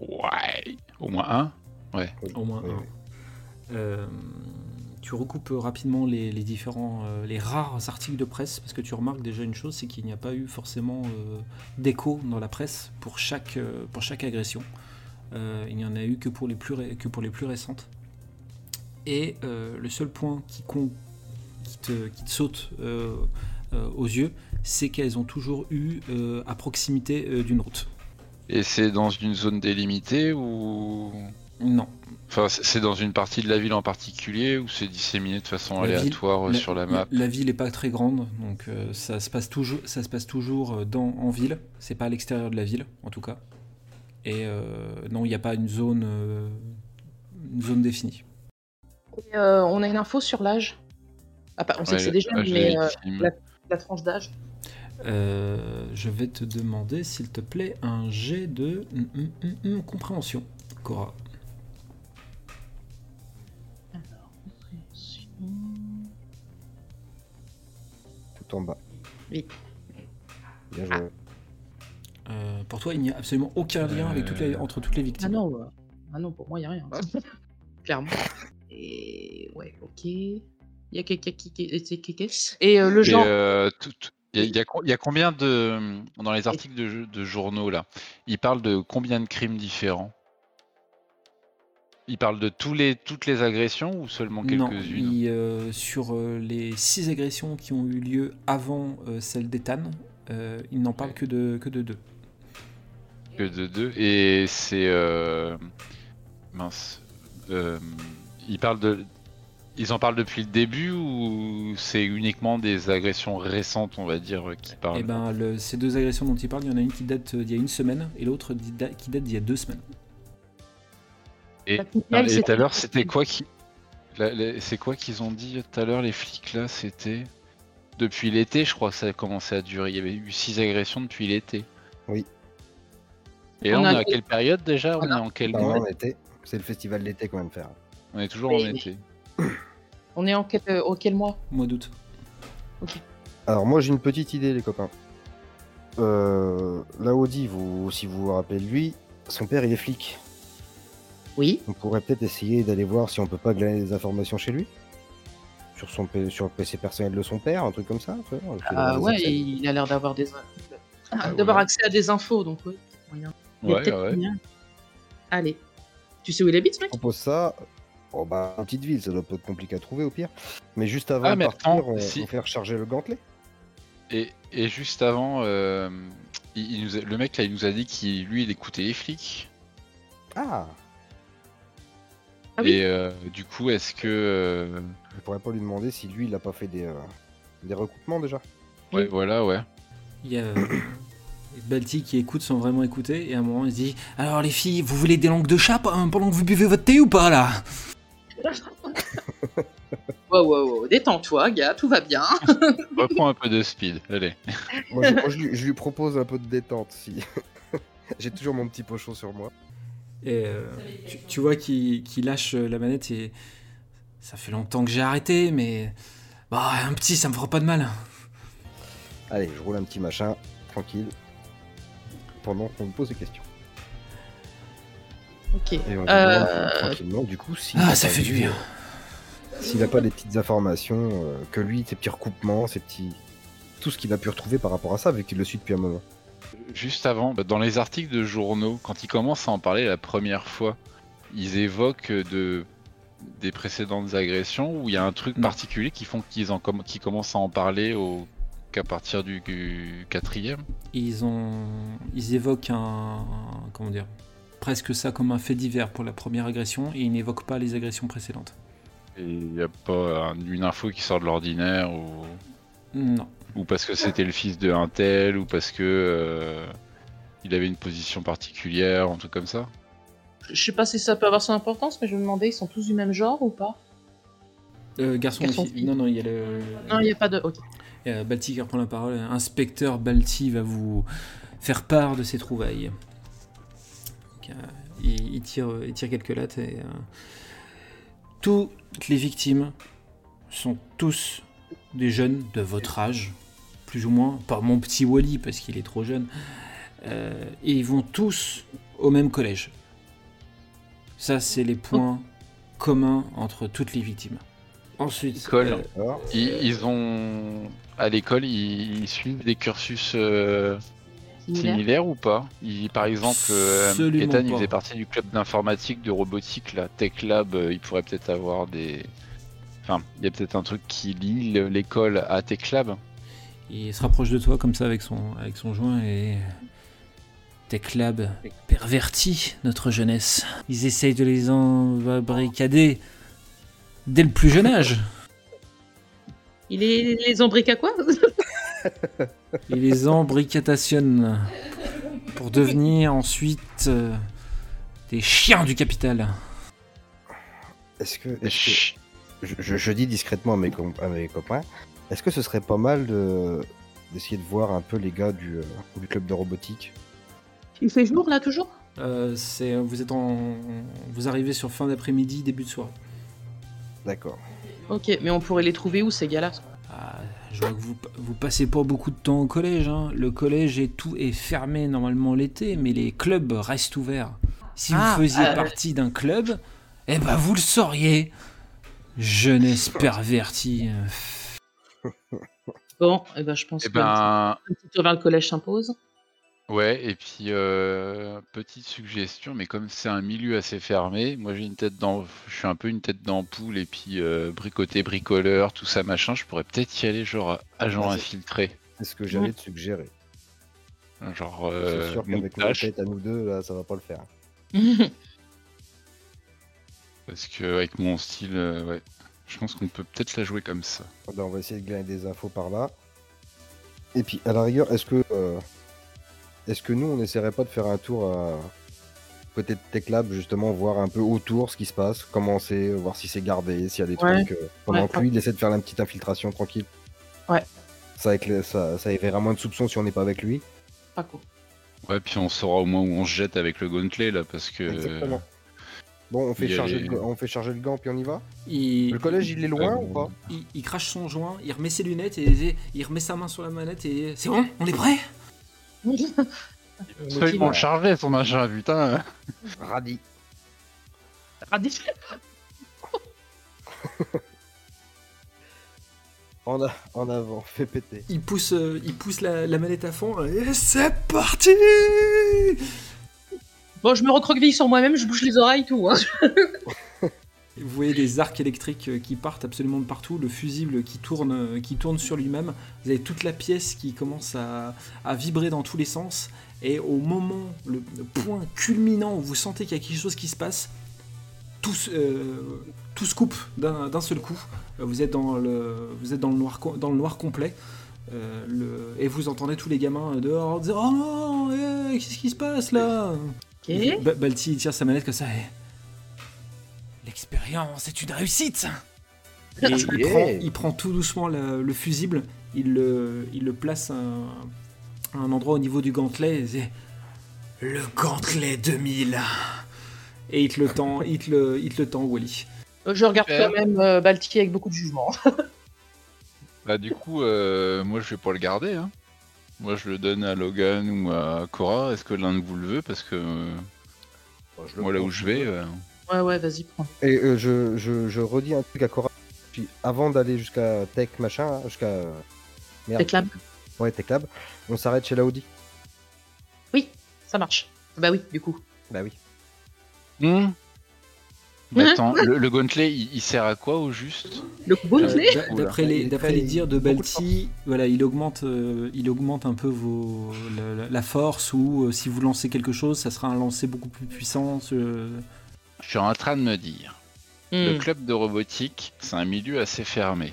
[SPEAKER 3] Ouais. Au moins un
[SPEAKER 1] Au moins
[SPEAKER 4] Oui,
[SPEAKER 1] un.
[SPEAKER 4] oui.
[SPEAKER 1] Euh, tu recoupes rapidement les, les différents, euh, les rares articles de presse parce que tu remarques déjà une chose, c'est qu'il n'y a pas eu forcément euh, d'écho dans la presse pour chaque, euh, pour chaque agression. Euh, il n'y en a eu que pour les plus, ré- que pour les plus récentes. Et euh, le seul point qui, con- qui, te, qui te saute euh, euh, aux yeux, c'est qu'elles ont toujours eu euh, à proximité euh, d'une route.
[SPEAKER 3] Et c'est dans une zone délimitée ou.
[SPEAKER 1] Non.
[SPEAKER 3] Enfin, c'est c'est dans une partie de la ville en particulier ou c'est disséminé de façon
[SPEAKER 1] La ville-
[SPEAKER 3] aléatoire euh, sur la map
[SPEAKER 1] ville n'est pas très grande, donc euh, ça se passe toujours, ça se passe toujours euh, dans, en ville. C'est pas à l'extérieur de la ville, en tout cas. Et euh, non, il n'y a pas une zone, euh, une zone définie.
[SPEAKER 5] Et, euh, on a une info sur l'âge. Ah, pas- on sait que c'est
[SPEAKER 3] Ouais,
[SPEAKER 5] des jeunes,
[SPEAKER 3] l'âge des
[SPEAKER 5] mais euh,
[SPEAKER 3] victimes.
[SPEAKER 5] la tranche d'âge.
[SPEAKER 1] Euh, je vais te demander, s'il te plaît, un jet de hum, hum, hum, hum, compréhension, Cora.
[SPEAKER 4] Tout en bas.
[SPEAKER 5] Oui. Ah.
[SPEAKER 4] Bien joué.
[SPEAKER 1] Euh, pour toi, il n'y a absolument aucun lien avec toutes les-
[SPEAKER 3] Euh.
[SPEAKER 1] entre toutes les victimes.
[SPEAKER 5] Ah non, euh, ah non, pour moi, il a rien. Clairement. Et ouais, ok. Il y a quelqu'un qui- qui. c'est qui- qui- Et euh, le
[SPEAKER 3] Et,
[SPEAKER 5] genre.
[SPEAKER 3] euh, tout- tout- Il y, a- il y a co- il y a combien de. Dans les articles de, jeu- de journaux, là, ils parlent de combien de crimes différents Ils parlent de tous les, toutes les agressions ou seulement
[SPEAKER 1] Non,
[SPEAKER 3] quelques-unes
[SPEAKER 1] il, euh, sur euh, les six agressions qui ont eu lieu avant euh, celle d'Ethan, euh, il n'en parle que de, que de deux.
[SPEAKER 3] Que de deux. Et c'est. euh, Mince. Euh, Ils parlent de. Ils en parlent depuis le début ou c'est uniquement des agressions récentes, on va dire, qui parlent
[SPEAKER 1] Eh ben, le- ces deux agressions dont il parle, il y en a une qui date euh, d'il y a une semaine et l'autre d'il da- qui date d'il y a deux semaines.
[SPEAKER 3] Et
[SPEAKER 5] la petite
[SPEAKER 3] Non,
[SPEAKER 5] Yael,
[SPEAKER 3] et tout
[SPEAKER 5] c'était-
[SPEAKER 3] à l'heure, c'était quoi qui. la- la- C'est quoi qu'ils ont dit tout à l'heure, les flics là C'était. Depuis l'été, je crois que ça a commencé à durer. Il y avait eu six agressions depuis l'été.
[SPEAKER 4] Oui.
[SPEAKER 3] Et là,
[SPEAKER 5] On
[SPEAKER 3] on,
[SPEAKER 5] a-
[SPEAKER 3] est à quelle période déjà On est en quel
[SPEAKER 4] Pardon,
[SPEAKER 3] mois
[SPEAKER 4] en été. C'est le festival d'été qu'on vient de faire.
[SPEAKER 3] On est toujours en
[SPEAKER 5] Mais-
[SPEAKER 3] été.
[SPEAKER 5] On est en quel, euh, en quel mois
[SPEAKER 1] Mois d'août.
[SPEAKER 4] Alors moi j'ai une petite idée les copains. Euh, Laodi, vous, si vous vous rappelez de lui, son père il est flic.
[SPEAKER 5] Oui.
[SPEAKER 4] On pourrait peut-être essayer d'aller voir si on peut pas glaner des informations chez lui. Sur, son, P- sur le PC personnel de son père, un truc comme ça. tu vois, on fait
[SPEAKER 5] Ah
[SPEAKER 4] des
[SPEAKER 5] ouais,
[SPEAKER 4] accès.
[SPEAKER 5] il a l'air d'avoir des.
[SPEAKER 3] Ah,
[SPEAKER 5] d'avoir
[SPEAKER 3] ouais.
[SPEAKER 5] accès à des infos, donc oui. moyen. Il y a
[SPEAKER 3] Ouais,
[SPEAKER 5] peut-être
[SPEAKER 3] ouais.
[SPEAKER 5] moyen. Allez. Tu sais où il habite, mec
[SPEAKER 4] On propose ça. Oh bah, en petite ville, ça doit pas être compliqué à trouver au pire. Mais juste avant
[SPEAKER 3] Ah,
[SPEAKER 4] de
[SPEAKER 3] mais
[SPEAKER 4] partir,
[SPEAKER 3] attends,
[SPEAKER 4] on,
[SPEAKER 3] si.
[SPEAKER 4] on fait recharger le gantelet.
[SPEAKER 3] Et, et juste avant, euh, il- il nous a- le mec là, il nous a dit qu'il lui, il écoutait les flics.
[SPEAKER 4] Ah
[SPEAKER 5] Ah oui.
[SPEAKER 3] Et euh, du coup, est-ce que euh,
[SPEAKER 4] On pourrait pas lui demander si lui il a pas fait des, euh, des recoupements déjà.
[SPEAKER 3] ouais, voilà, ouais.
[SPEAKER 1] Il y a euh, les Balti qui écoutent sans vraiment écouter et à un moment il se dit Alors les filles, vous voulez des langues de chat hein, pendant que vous buvez votre thé ou pas là
[SPEAKER 5] Wow, wow, wow. Détends-toi, gars, tout va bien.
[SPEAKER 3] Reprends un peu de speed. Allez.
[SPEAKER 4] Moi, je, moi, je lui- je lui propose un peu de détente si. J'ai toujours mon petit pochon sur moi.
[SPEAKER 1] Et euh, tu, tu vois qu'il qu'il lâche euh, la manette et ça fait longtemps que j'ai arrêté, mais bah un petit ça me fera pas de mal.
[SPEAKER 4] Allez, je roule un petit machin, tranquille. Pendant qu'on me pose des questions.
[SPEAKER 5] Ok.
[SPEAKER 4] Et on
[SPEAKER 5] Euh,
[SPEAKER 4] demande tranquillement, du coup, si.
[SPEAKER 1] Ah, ça fait du
[SPEAKER 4] hein.
[SPEAKER 1] bien.
[SPEAKER 4] S'il n'a pas des petites informations, euh, que lui, ses petits recoupements, ses petits. Tout ce qu'il a pu retrouver par rapport à ça, vu qu'il le suit depuis un moment.
[SPEAKER 3] Juste avant, bah, dans les articles de journaux, quand ils commencent à en parler la première fois, ils évoquent de des précédentes agressions où il y a un truc
[SPEAKER 1] Non.
[SPEAKER 3] particulier qui font qu'ils en comm- qu'ils commencent à en parler au qu'à partir du, du quatrième.
[SPEAKER 1] Ils ont, ils évoquent un, un- comment dire, presque ça comme un fait divers pour la première agression et ils n'évoquent pas les agressions précédentes.
[SPEAKER 3] Et il n'y a pas un- une info qui sort de l'ordinaire ou,
[SPEAKER 1] Non.
[SPEAKER 3] ou parce que c'était le fils de un tel ou parce que euh, il avait une position particulière, un truc comme ça.
[SPEAKER 5] Je sais pas si ça peut avoir son importance, mais je me demandais, ils sont tous du même genre ou pas
[SPEAKER 1] Euh, garçon,
[SPEAKER 5] Garçon,
[SPEAKER 1] aussi.
[SPEAKER 5] fille.
[SPEAKER 1] non, non, il y a le.
[SPEAKER 5] Non, il n'y a pas de. Ok.
[SPEAKER 1] Euh, Balti qui reprend la parole. euh, Inspecteur Balti va vous faire part de ses trouvailles. Donc, euh, il, il tire, il tire quelques lattes et. euh, toutes les victimes sont tous des jeunes de votre âge, plus ou moins. Pas mon petit Wally parce qu'il est trop jeune. Euh, et ils vont tous au même collège. Ça, c'est les points communs entre toutes les victimes. Ensuite,
[SPEAKER 3] École.
[SPEAKER 1] euh,
[SPEAKER 4] Alors,
[SPEAKER 3] Ils, ils ont. À l'école, ils, ils suivent des cursus euh,
[SPEAKER 5] Similaire.
[SPEAKER 3] similaires ou pas Ils- Par exemple, euh,
[SPEAKER 1] Absolument
[SPEAKER 3] Ethan, il
[SPEAKER 1] pas.
[SPEAKER 3] faisait partie du club d'informatique, de robotique, la Tech Lab, euh, il pourrait peut-être avoir des. Enfin, il y a peut-être un truc qui lie le- l'école à Tech Lab.
[SPEAKER 1] il se rapproche de toi comme ça avec son, avec son joint et. Tech Lab pervertit notre jeunesse. Ils essayent de les embricader dès le plus jeune âge.
[SPEAKER 5] Il est les embriques à quoi
[SPEAKER 1] Ils les embricatatationnent pour devenir ensuite euh, des chiens du capital.
[SPEAKER 4] Est-ce que, est-ce que- je, je- je dis discrètement à mes, com- à mes copains, est-ce que ce serait pas mal de d'essayer de voir un peu les gars du, euh, du club de robotique
[SPEAKER 5] Il fait jour là toujours
[SPEAKER 1] Euh, c'est, vous êtes en, vous arrivez sur fin d'après-midi, début de soirée.
[SPEAKER 4] D'accord.
[SPEAKER 5] Ok, mais on pourrait les trouver où ces gars-là
[SPEAKER 1] Ah, je vois que vous, vous passez pas beaucoup de temps au collège. hein. Le collège et tout est fermé normalement l'été, mais les clubs restent ouverts. Si
[SPEAKER 5] Ah,
[SPEAKER 1] vous faisiez
[SPEAKER 5] euh.
[SPEAKER 1] partie d'un club, eh ben vous le sauriez. Jeunesse pervertie.
[SPEAKER 5] Bon, eh ben, je pense
[SPEAKER 3] Eh
[SPEAKER 5] que un
[SPEAKER 3] ben,
[SPEAKER 5] petit- un petit tour vers le collège s'impose.
[SPEAKER 3] Ouais, et puis euh, petite suggestion, mais comme c'est un milieu assez fermé, moi j'ai une tête dans, je suis un peu une tête d'ampoule et puis euh, bricoter, bricoleur, tout ça machin, je pourrais peut-être y aller genre à- agent
[SPEAKER 4] Vas-y.
[SPEAKER 3] infiltré,
[SPEAKER 4] C'est ce que j'allais te suggérer.
[SPEAKER 3] genre
[SPEAKER 4] C'est
[SPEAKER 3] euh,
[SPEAKER 4] sûr qu'avec la
[SPEAKER 3] moustache,
[SPEAKER 4] tête à nous deux, là, ça va pas le faire.
[SPEAKER 3] parce que avec mon style, euh, ouais, je pense qu'on peut peut-être la jouer comme ça.
[SPEAKER 4] Là, Ah ben, on va essayer de gagner des infos par là. Et puis, à la rigueur, est-ce que, euh, est-ce que nous, on n'essaierait pas de faire un tour à côté de Tech Lab, justement, voir un peu autour ce qui se passe, comment c'est, voir si c'est gardé, s'il y a des
[SPEAKER 5] Ouais.
[SPEAKER 4] trucs. euh, pendant
[SPEAKER 5] Ouais,
[SPEAKER 4] que lui, il essaie de faire la petite infiltration tranquille.
[SPEAKER 5] Ouais.
[SPEAKER 4] Ça, éclaire- ça, ça éveillera moins de soupçons si on n'est pas avec lui.
[SPEAKER 5] Pas con.
[SPEAKER 3] Ouais, puis on saura au moins où on se jette avec le gauntlet là, parce que
[SPEAKER 4] Exactement. Bon, on fait,
[SPEAKER 3] Euh, il y a
[SPEAKER 4] charger
[SPEAKER 3] les-
[SPEAKER 4] le, on fait charger le gant, puis on y va
[SPEAKER 1] Il,
[SPEAKER 4] Le collège, il est loin
[SPEAKER 3] Euh,
[SPEAKER 4] ou pas
[SPEAKER 1] il- il crache son joint, il remet ses lunettes et il remet sa main sur la manette et c'est bon, on est prêt
[SPEAKER 3] il faut absolument le charger son machin, putain.
[SPEAKER 4] Radis.
[SPEAKER 5] Ah, dis-
[SPEAKER 4] En, a- en avant, fais péter.
[SPEAKER 1] Il pousse, euh, il pousse la, la manette à fond et c'est parti
[SPEAKER 5] Bon, je me recroqueville sur moi-même, je bouge les oreilles, tout. hein.
[SPEAKER 1] Vous voyez des arcs électriques euh, qui partent absolument de partout, le fusible qui tourne, euh, qui tourne sur lui-même. Vous avez toute la pièce qui commence à, à vibrer dans tous les sens. Et au moment, le le point culminant où vous sentez qu'il y a quelque chose qui se passe, tout, se- euh, tout se coupe d'un d'un seul coup. Euh, Vous êtes dans le, vous êtes dans le, noir, co- dans le noir complet. Euh, le- et vous entendez tous les gamins dehors en disant Oh non, eh, qu'est-ce qui se passe là
[SPEAKER 5] Ok.
[SPEAKER 1] Ba- Balti il tire sa manette comme ça et... L'expérience est une réussite Et il,
[SPEAKER 4] Yeah.
[SPEAKER 1] prend, il prend tout doucement le, le fusible, il le, il le place à un, à un endroit au niveau du gantelet et c'est... Le gantelet 2000 Et il te le tend, il te le, il te le tend Wally.
[SPEAKER 5] Euh, Je regarde
[SPEAKER 3] Super.
[SPEAKER 5] quand même euh, Balti avec beaucoup de jugement.
[SPEAKER 3] Bah du coup, euh, moi je vais pas le garder. Hein. Moi je le donne à Logan ou à Cora. Est-ce que l'un de vous le veut Parce que euh, moi là où je vais, euh,
[SPEAKER 5] Ouais, ouais, vas-y, prends.
[SPEAKER 4] Et euh, je, je, je redis un truc à Cora. Puis avant d'aller jusqu'à Tech machin, jusqu'à euh, merde.
[SPEAKER 5] Tech Lab.
[SPEAKER 4] Ouais, Tech Lab. On s'arrête chez la Audi.
[SPEAKER 5] Ça marche. Bah oui, du coup.
[SPEAKER 4] Bah oui.
[SPEAKER 3] Mais Bah, attends, le, le gauntlet il, il sert à quoi au juste
[SPEAKER 5] Le
[SPEAKER 1] Euh,
[SPEAKER 5] gauntlet
[SPEAKER 1] d'a- D'après
[SPEAKER 4] Oula.
[SPEAKER 1] les,
[SPEAKER 4] Il est
[SPEAKER 1] d'après
[SPEAKER 4] très-
[SPEAKER 1] les dires de
[SPEAKER 4] beaucoup de
[SPEAKER 1] Balti, voilà, il augmente, euh, il augmente un peu vos, la, la- la force ou euh, si vous lancez quelque chose, ça sera un lancer beaucoup plus puissant. ce-
[SPEAKER 3] Je suis en train de me dire. Le
[SPEAKER 5] Hmm.
[SPEAKER 3] club de robotique, c'est un milieu assez fermé.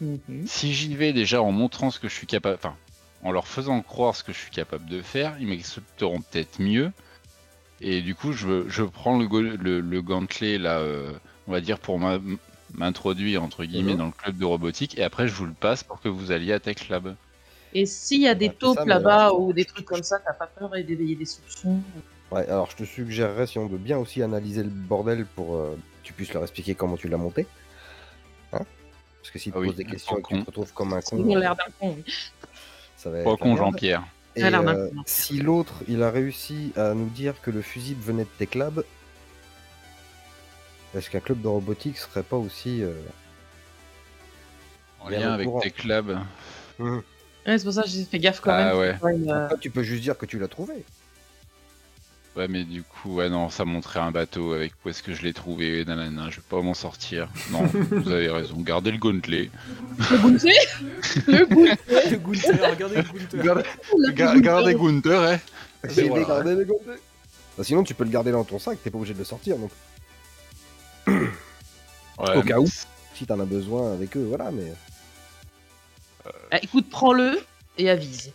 [SPEAKER 5] Mhm.
[SPEAKER 3] Si j'y vais déjà en montrant ce que je suis capable, enfin, en leur faisant croire ce que je suis capable de faire, ils m'accepteront peut-être mieux. Et du coup, je, je prends le, go- le, le gantelet là, euh, on va dire pour m'in- m'introduire entre guillemets
[SPEAKER 4] Mhm.
[SPEAKER 3] dans le club de robotique, et après je vous le passe pour que vous alliez à Tech Lab.
[SPEAKER 5] Et s'il y a des
[SPEAKER 4] Ouais, c'est ça,
[SPEAKER 5] taupes
[SPEAKER 4] mais euh,
[SPEAKER 5] là-bas
[SPEAKER 4] alors-
[SPEAKER 5] ou des trucs comme ça, t'as pas peur et d'éveiller des soupçons
[SPEAKER 4] Ouais, alors je te suggérerais si on veut bien aussi analyser le bordel pour euh, que tu puisses leur expliquer comment tu l'as monté. Hein Parce que s'ils te
[SPEAKER 3] Ah oui,
[SPEAKER 4] posent des
[SPEAKER 3] un
[SPEAKER 4] questions et que
[SPEAKER 3] con.
[SPEAKER 4] tu te retrouves comme un
[SPEAKER 5] Ils ont
[SPEAKER 4] con,
[SPEAKER 5] l'air d'un con. oui.
[SPEAKER 4] ça va
[SPEAKER 3] Pas
[SPEAKER 4] être la
[SPEAKER 3] con
[SPEAKER 4] merde.
[SPEAKER 3] Jean-Pierre.
[SPEAKER 4] Et,
[SPEAKER 5] Ça a l'air d'un
[SPEAKER 4] euh,
[SPEAKER 5] coup, hein.
[SPEAKER 4] si l'autre, il a réussi à nous dire que le fusible venait de Techlab, est-ce qu'un club de robotique serait pas aussi... euh,
[SPEAKER 3] En
[SPEAKER 4] Bien
[SPEAKER 3] lien
[SPEAKER 4] au
[SPEAKER 3] avec
[SPEAKER 4] courant.
[SPEAKER 3] tes clubs.
[SPEAKER 5] Ouais, c'est pour ça que j'ai fait gaffe quand
[SPEAKER 3] Ah
[SPEAKER 5] même.
[SPEAKER 3] ouais.
[SPEAKER 5] Ouais, mais, euh,
[SPEAKER 4] Ah, tu peux juste dire que tu l'as trouvé.
[SPEAKER 3] Ouais, mais du coup, ouais, non, ça montrait un bateau avec où est-ce que je l'ai trouvé, nanana, je vais pas m'en sortir. Non, vous avez raison, gardez le gauntlet.
[SPEAKER 5] Le Gunther Le Gunther
[SPEAKER 1] Le Gunther, regardez le Gunther.
[SPEAKER 3] Gardez,
[SPEAKER 5] le Gunther.
[SPEAKER 3] Gunther, hein.
[SPEAKER 1] C'est
[SPEAKER 4] J'ai
[SPEAKER 1] vrai.
[SPEAKER 4] dégradé mes comptes. Bah, sinon, tu peux le garder dans ton sac, t'es pas obligé de le sortir. Donc,
[SPEAKER 3] eh
[SPEAKER 4] Au cas où. si t'en as besoin avec eux, voilà, mais...
[SPEAKER 5] Ah, écoute, prends-le et avise.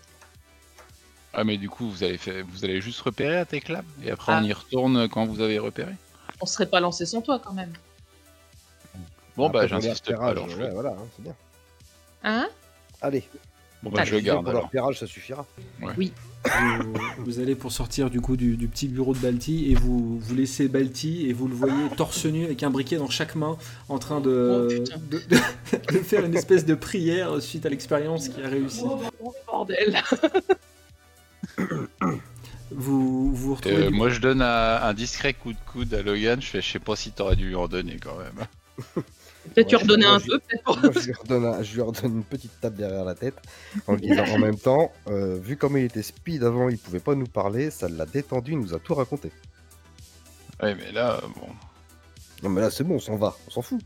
[SPEAKER 3] Ah, mais du coup, vous allez, fait- vous allez juste repérer à tes clubs et après
[SPEAKER 5] Ah.
[SPEAKER 3] on y retourne quand vous avez repéré.
[SPEAKER 5] On serait pas lancé sans toi quand même.
[SPEAKER 3] Bon,
[SPEAKER 4] Après,
[SPEAKER 3] bah,
[SPEAKER 4] pour les
[SPEAKER 3] j'insiste pas,
[SPEAKER 4] repérages,
[SPEAKER 3] alors je
[SPEAKER 4] ouais, voilà, hein, c'est bien.
[SPEAKER 5] Hein
[SPEAKER 4] Allez,
[SPEAKER 3] Bon, bah, je le
[SPEAKER 5] Allez,
[SPEAKER 3] garde
[SPEAKER 4] pour le
[SPEAKER 3] alors.
[SPEAKER 4] repérage, ça suffira.
[SPEAKER 1] Vous, vous allez pour sortir du coup du, du petit bureau de Balti et vous, vous laissez Balti et vous le voyez torse nu avec un briquet dans chaque main en train de,
[SPEAKER 5] Oh, putain.
[SPEAKER 1] de, de- de faire une espèce de prière suite à l'expérience qui a réussi.
[SPEAKER 5] Oh, bordel
[SPEAKER 1] Vous vous
[SPEAKER 3] Euh,
[SPEAKER 1] retrouvez. du-
[SPEAKER 3] moi, je donne un, un discret coup de coude à Logan, je, fais, je sais pas si t'aurais dû lui en donner quand même.
[SPEAKER 5] Peut-être tu
[SPEAKER 4] Ouais,
[SPEAKER 5] redonner
[SPEAKER 4] moi,
[SPEAKER 5] un
[SPEAKER 4] je-
[SPEAKER 5] peu, peut-être pour...
[SPEAKER 4] Moi, je, lui redonne un- je lui redonne une petite tape derrière la tête en lui disant en même temps, euh, vu comme il était speed avant, il pouvait pas nous parler, ça l'a détendu, il nous a tout raconté.
[SPEAKER 3] Ouais, mais là, euh, bon.
[SPEAKER 4] Non, mais là, c'est bon, on s'en va, on s'en fout.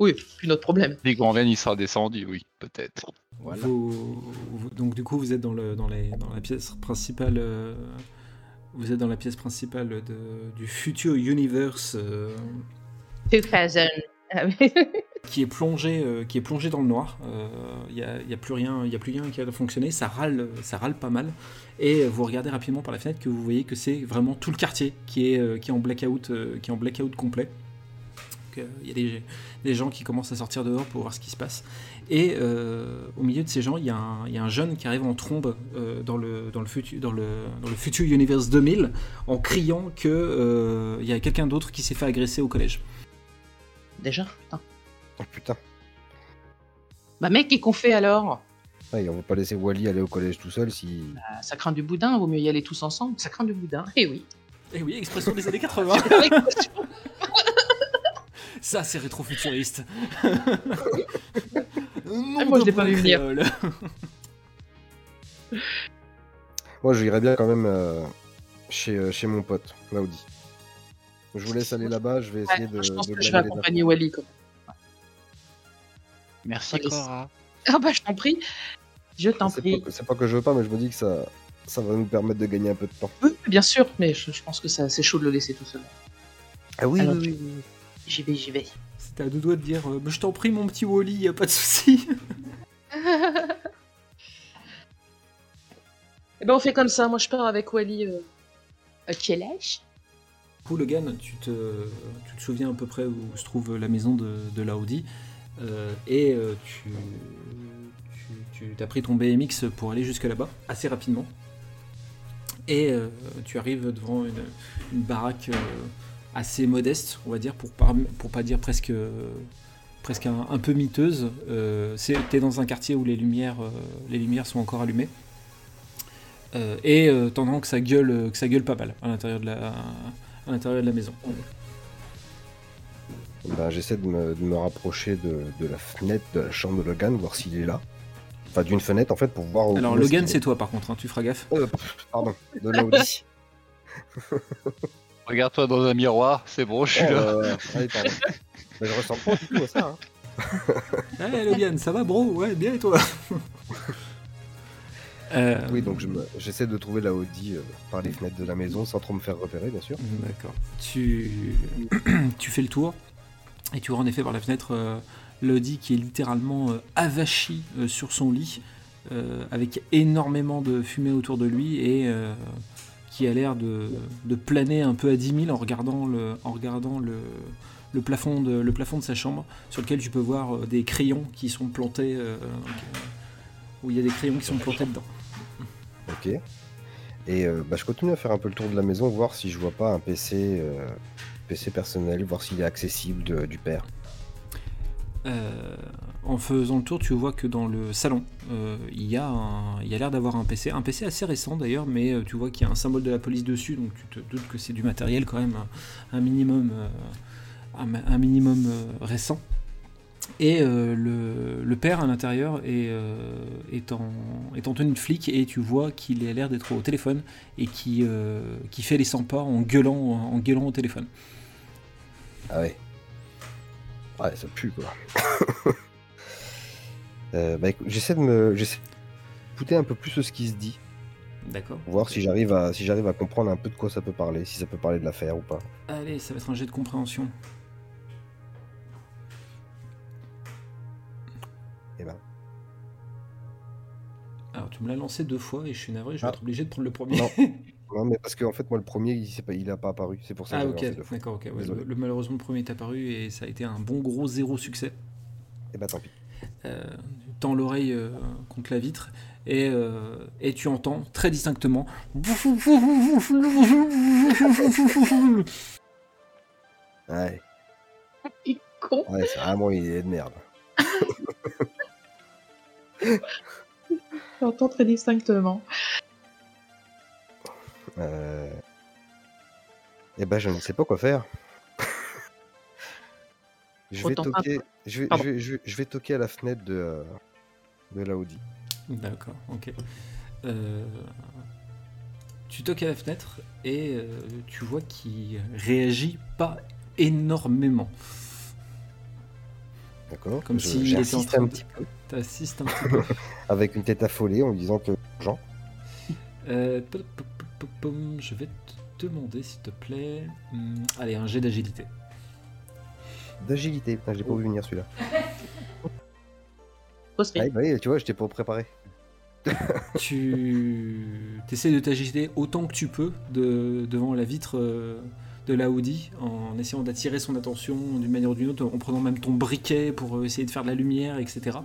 [SPEAKER 5] Oui, c'est plus notre problème.
[SPEAKER 3] Dès qu'on vient, il sera descendu, oui, peut-être.
[SPEAKER 4] Voilà.
[SPEAKER 1] Vous- vous- donc du coup, vous êtes dans, le, dans, les- dans la pièce principale. euh, vous êtes dans la pièce principale de- du futur universe euh,
[SPEAKER 5] 2000. Ah oui.
[SPEAKER 1] qui est plongé, euh, qui est plongé dans le noir. Il n'y a, plus rien, il a plus rien qui a fonctionné. Ça râle, ça râle pas mal. Et vous regardez rapidement par la fenêtre que vous voyez que c'est vraiment tout le quartier qui est, euh, qui est en blackout, euh, qui est en blackout complet. Donc, euh, Il y a des, des gens qui commencent à sortir dehors pour voir ce qui se passe. Et euh, au milieu de ces gens, il y, a un- il y a un jeune qui arrive en trombe euh, dans, le, dans, le futur, dans, le, dans le futur Universe 2000 en criant qu'il il y a quelqu'un d'autre qui s'est fait agresser au collège.
[SPEAKER 5] Déjà putain.
[SPEAKER 4] Oh putain,
[SPEAKER 5] Bah mec, et qu'on fait alors
[SPEAKER 4] Ah, et on va pas laisser Wally aller au collège tout seul si.
[SPEAKER 5] Ah, Ça craint du boudin, vaut mieux y aller tous ensemble, ça craint du boudin. Eh oui.
[SPEAKER 1] Et oui, expression des années 80 Ça, c'est rétrofuturiste.
[SPEAKER 5] Ah, moi, je l'ai pas vu venir.
[SPEAKER 4] Moi, je irais bien quand même euh, chez, euh, chez mon pote, Maudi. Je vous laisse aller là-bas, je vais essayer
[SPEAKER 5] Ouais,
[SPEAKER 4] de.
[SPEAKER 5] je pense
[SPEAKER 4] de
[SPEAKER 5] que je vais
[SPEAKER 4] glaner les
[SPEAKER 5] accompagner Wally. Quand même.
[SPEAKER 3] Merci,
[SPEAKER 5] Allez. Ah bah je t'en prie, je t'en
[SPEAKER 4] C'est
[SPEAKER 5] prie.
[SPEAKER 4] pas, que- c'est pas que je veux pas, mais je me dis que ça, ça va nous permettre de gagner un peu de temps.
[SPEAKER 5] Oui, oui, bien sûr, mais je, je pense que ça- c'est chaud de le laisser tout seul.
[SPEAKER 4] Ah oui,
[SPEAKER 5] Alors, J'y vais, j'y vais.
[SPEAKER 1] C'était à deux doigts de dire euh, Mais Je t'en prie, mon petit Wally, y a pas de souci.
[SPEAKER 5] Eh ben on fait comme ça, moi je pars avec Wally euh, à Kielèche.
[SPEAKER 1] Du coup, Logan, tu te, tu te souviens à peu près où se trouve la maison de, de l'Audi. euh, et euh, tu, tu, tu as pris ton BMX pour aller jusque là-bas, assez rapidement. Et euh, tu arrives devant une, une baraque euh, assez modeste, on va dire, pour pas, pour pas dire presque, presque un, un peu miteuse. Euh, tu es dans un quartier où les lumières, euh, les lumières sont encore allumées. Euh, et euh, t'entends que ça gueule, que ça gueule pas mal à l'intérieur de la, à l'intérieur de la maison.
[SPEAKER 4] Oh, Ben, j'essaie de me, de me rapprocher de, de la fenêtre de la chambre de Logan, voir s'il est là. Enfin, d'une fenêtre en fait, pour voir où.
[SPEAKER 1] Alors
[SPEAKER 4] où est-ce
[SPEAKER 1] Logan,
[SPEAKER 4] qu'il
[SPEAKER 1] c'est
[SPEAKER 4] est.
[SPEAKER 1] toi par contre, hein, tu feras gaffe.
[SPEAKER 4] Euh, pardon, de l'Audi.
[SPEAKER 3] Regarde-toi dans un miroir, c'est bon, je suis là.
[SPEAKER 4] Euh, allez, pardon. Ben, je ressens pas du tout à ça. hein.
[SPEAKER 1] Hey Eh, Logan, ça va bro Ouais, bien et toi Euh,
[SPEAKER 4] Ah Oui, donc je me- j'essaie de trouver la Audi euh, par les fenêtres de la maison sans trop me faire repérer, bien sûr.
[SPEAKER 1] D'accord. Tu... tu fais le tour et tu vois en effet par la fenêtre euh, Lodi qui est littéralement euh, avachi euh, sur son lit euh, avec énormément de fumée autour de lui et euh, qui a l'air de, de planer un peu à 10 000 en regardant le, en regardant le, le plafond de, le plafond de sa chambre sur lequel tu peux voir euh, des crayons qui sont plantés euh, donc, euh, où il y a des crayons qui sont plantés dedans.
[SPEAKER 4] Ok. Et euh, bah, je continue à faire un peu le tour de la maison, voir si je vois pas un PC, euh, PC personnel, voir s'il est accessible de- du père.
[SPEAKER 1] Euh, en faisant le tour, tu vois que dans le salon, euh, il y a, un- il y a l'air d'avoir un PC, un PC assez récent d'ailleurs, mais euh, tu vois qu'il y a un symbole de la police dessus, donc tu te doutes que c'est du matériel quand même un, un minimum, euh, un, ma- un minimum euh, récent. Et euh, le, le père à l'intérieur est, euh, est, en, est en tenue de flic et tu vois qu'il a l'air d'être au téléphone et qui, euh, qui fait les 100 pas en gueulant, en gueulant au téléphone.
[SPEAKER 4] Ah ouais. Ah Ouais, ça pue quoi. Euh, bah, écoute, j'essaie de me, j'essaie de pouter un peu plus ce qui se dit,
[SPEAKER 1] D'accord.
[SPEAKER 4] voir si j'arrive à, si j'arrive à comprendre un peu de quoi ça peut parler, si ça peut parler de l'affaire ou pas.
[SPEAKER 1] Allez, ça va être un jet de compréhension.
[SPEAKER 4] Eh ben.
[SPEAKER 1] Alors, tu me l'as lancé deux fois et je suis navré, je vais
[SPEAKER 4] Ah.
[SPEAKER 1] être obligé de prendre le premier.
[SPEAKER 4] Non. non, mais parce qu'en fait, moi, le premier, il, s'est pas- il a pas apparu. C'est pour ça.
[SPEAKER 1] ah,
[SPEAKER 4] que
[SPEAKER 1] ok,
[SPEAKER 4] j'ai lancé deux fois.
[SPEAKER 1] d'accord, ok. ouais,
[SPEAKER 4] Désolé.
[SPEAKER 1] le, le malheureusement, le premier est apparu et ça a été un bon gros zéro succès.
[SPEAKER 4] Eh ben, tant pis.
[SPEAKER 1] Euh, tu tends l'oreille euh, contre la vitre et, euh, et tu entends très distinctement.
[SPEAKER 4] Ouais,
[SPEAKER 5] Il est con.
[SPEAKER 4] ouais, c'est vraiment une idée de merde.
[SPEAKER 5] J'entends très distinctement.
[SPEAKER 4] Euh... Eh ben, je ne sais pas quoi faire. je, vais
[SPEAKER 5] Autant pas.
[SPEAKER 4] toquer, je, vais,
[SPEAKER 5] Pardon.
[SPEAKER 4] je, vais, je vais- je vais toquer à la fenêtre de, euh, de la Audi.
[SPEAKER 1] D'accord, ok. Euh, tu toques à la fenêtre et euh, tu vois qu'il réagit pas énormément.
[SPEAKER 4] D'accord
[SPEAKER 1] Comme
[SPEAKER 4] Je-
[SPEAKER 1] s'il était
[SPEAKER 4] j'insiste
[SPEAKER 1] en train
[SPEAKER 4] un
[SPEAKER 1] de-
[SPEAKER 4] petit peu,
[SPEAKER 1] T'assistes un petit peu.
[SPEAKER 4] Avec une tête affolée en disant que Jean.
[SPEAKER 1] Euh, pop, pop, pop, pop, pom, je vais te demander, s'il te plaît. hum, allez, un jet d'agilité.
[SPEAKER 4] D'agilité. Putain, Je l'ai pas vu venir celui-là.
[SPEAKER 5] Prospect.
[SPEAKER 4] Ah, oui, tu vois, j'étais pas préparé.
[SPEAKER 1] tu essaies de t'agiter autant que tu peux de- devant la vitre euh, de la Audi en essayant d'attirer son attention d'une manière ou d'une autre, en prenant même ton briquet pour euh, essayer de faire de la lumière, etc.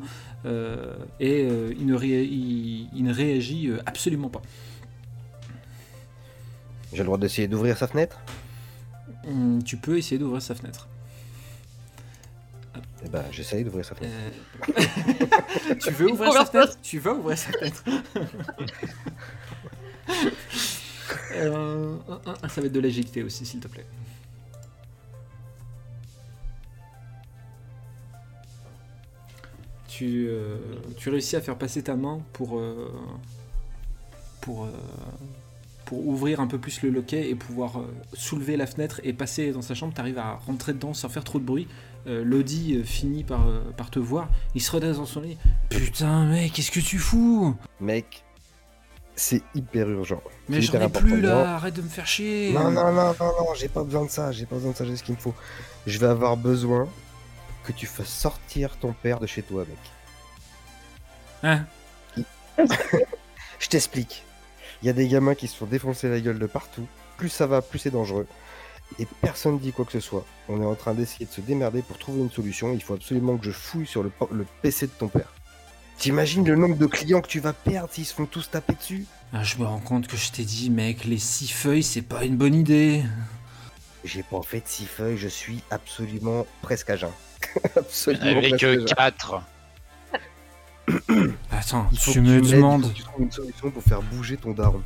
[SPEAKER 1] Euh, et euh, il, ne ré- il- il ne réagit euh, absolument pas.
[SPEAKER 4] J'ai le droit d'essayer d'ouvrir sa fenêtre
[SPEAKER 1] Hum, tu peux essayer d'ouvrir sa fenêtre.
[SPEAKER 4] Eh ben, j'essaye d'ouvrir sa fenêtre.
[SPEAKER 1] Euh, tu veux ouvrir sa fenêtre Tu vas ouvrir sa fenêtre Euh, un, un, un, Ça va être de l'agilité aussi, s'il te plaît. Tu, euh, tu réussis à faire passer ta main pour, euh, pour, euh, pour ouvrir un peu plus le loquet et pouvoir euh, soulever la fenêtre et passer dans sa chambre. Tu arrives à rentrer dedans sans faire trop de bruit. Euh, Lodi euh, finit par, euh, par te voir, il se redresse dans son lit. Putain, mec, qu'est-ce que tu fous
[SPEAKER 4] Mec, c'est hyper urgent.
[SPEAKER 1] Mais
[SPEAKER 4] C'est
[SPEAKER 1] j'en
[SPEAKER 4] hyper
[SPEAKER 1] ai plus
[SPEAKER 4] important.
[SPEAKER 1] là, arrête de me faire chier
[SPEAKER 4] Non, non, non, non, non, j'ai pas besoin de ça, j'ai pas besoin de ça, j'ai ce qu'il me faut. Je vais avoir besoin que tu fasses sortir ton père de chez toi, mec.
[SPEAKER 1] Hein
[SPEAKER 4] Je t'explique. Il y a des gamins qui se font défoncer la gueule de partout. Plus ça va, plus c'est dangereux. Et personne dit quoi que ce soit. On est en train d'essayer de se démerder pour trouver une solution. Il faut absolument que je fouille sur le, po- le PC de ton père. T'imagines le nombre de clients que tu vas perdre s'ils se font tous taper dessus
[SPEAKER 1] Ah, Je me rends compte que je t'ai dit, mec, les six feuilles, c'est pas une bonne idée.
[SPEAKER 4] J'ai pas fait de six feuilles, je suis absolument presque à jeun. absolument
[SPEAKER 3] Avec euh,
[SPEAKER 4] presque à jeun.
[SPEAKER 3] 4
[SPEAKER 1] Attends,
[SPEAKER 4] Il faut
[SPEAKER 1] tu
[SPEAKER 4] que
[SPEAKER 1] me
[SPEAKER 4] m'aides, il faut
[SPEAKER 1] demandes.
[SPEAKER 4] que tu trouves une solution pour faire bouger ton daron.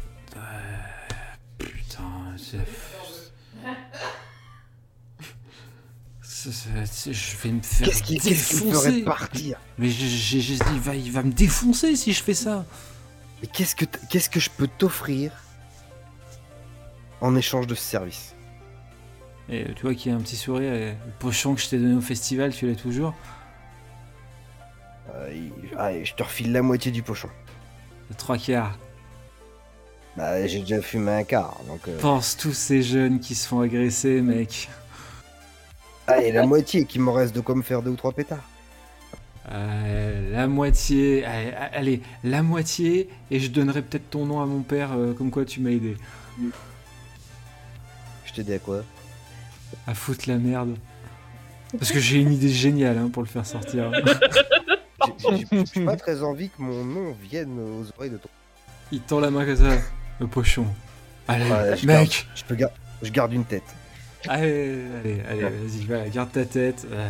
[SPEAKER 1] Putain, c'est- c'est. c'est- c'est- Je vais me faire
[SPEAKER 4] Qu'est-ce qui, qu'est-ce qui me ferait
[SPEAKER 1] défoncer.
[SPEAKER 4] partir
[SPEAKER 1] Mais j'ai j'ai juste dit, il va, il va me défoncer si je fais ça.
[SPEAKER 4] Mais qu'est-ce que, t- qu'est-ce que je peux t'offrir en échange de ce service
[SPEAKER 1] Et euh, tu vois qu'il y a un petit sourire, et le pochon que je t'ai donné au festival, tu l'as toujours.
[SPEAKER 4] Euh, il- ah, Je te refile la moitié du pochon.
[SPEAKER 1] Le trois quarts.
[SPEAKER 4] Bah, j'ai déjà fumé un quart, donc. euh,
[SPEAKER 1] Pense tous ces jeunes qui se font agresser, mec.
[SPEAKER 4] Allez, la moitié, qu'il me reste de quoi me faire deux ou trois pétards.
[SPEAKER 1] Euh, la moitié, allez, allez, la moitié, et je donnerai peut-être ton nom à mon père, euh, comme quoi tu m'as aidé.
[SPEAKER 4] Je t'ai dit à quoi
[SPEAKER 1] À foutre la merde. Parce que j'ai une idée géniale hein, pour le faire sortir.
[SPEAKER 4] J'ai- j'ai- J'ai j'ai pas très envie que mon nom vienne aux oreilles de ton.
[SPEAKER 1] Il tend la main comme ça, le pochon. Allez,
[SPEAKER 4] Ouais, je
[SPEAKER 1] mec,
[SPEAKER 4] Je, peux gar- je garde une tête.
[SPEAKER 1] Allez, allez, allez, vas-y, voilà, garde ta tête. euh.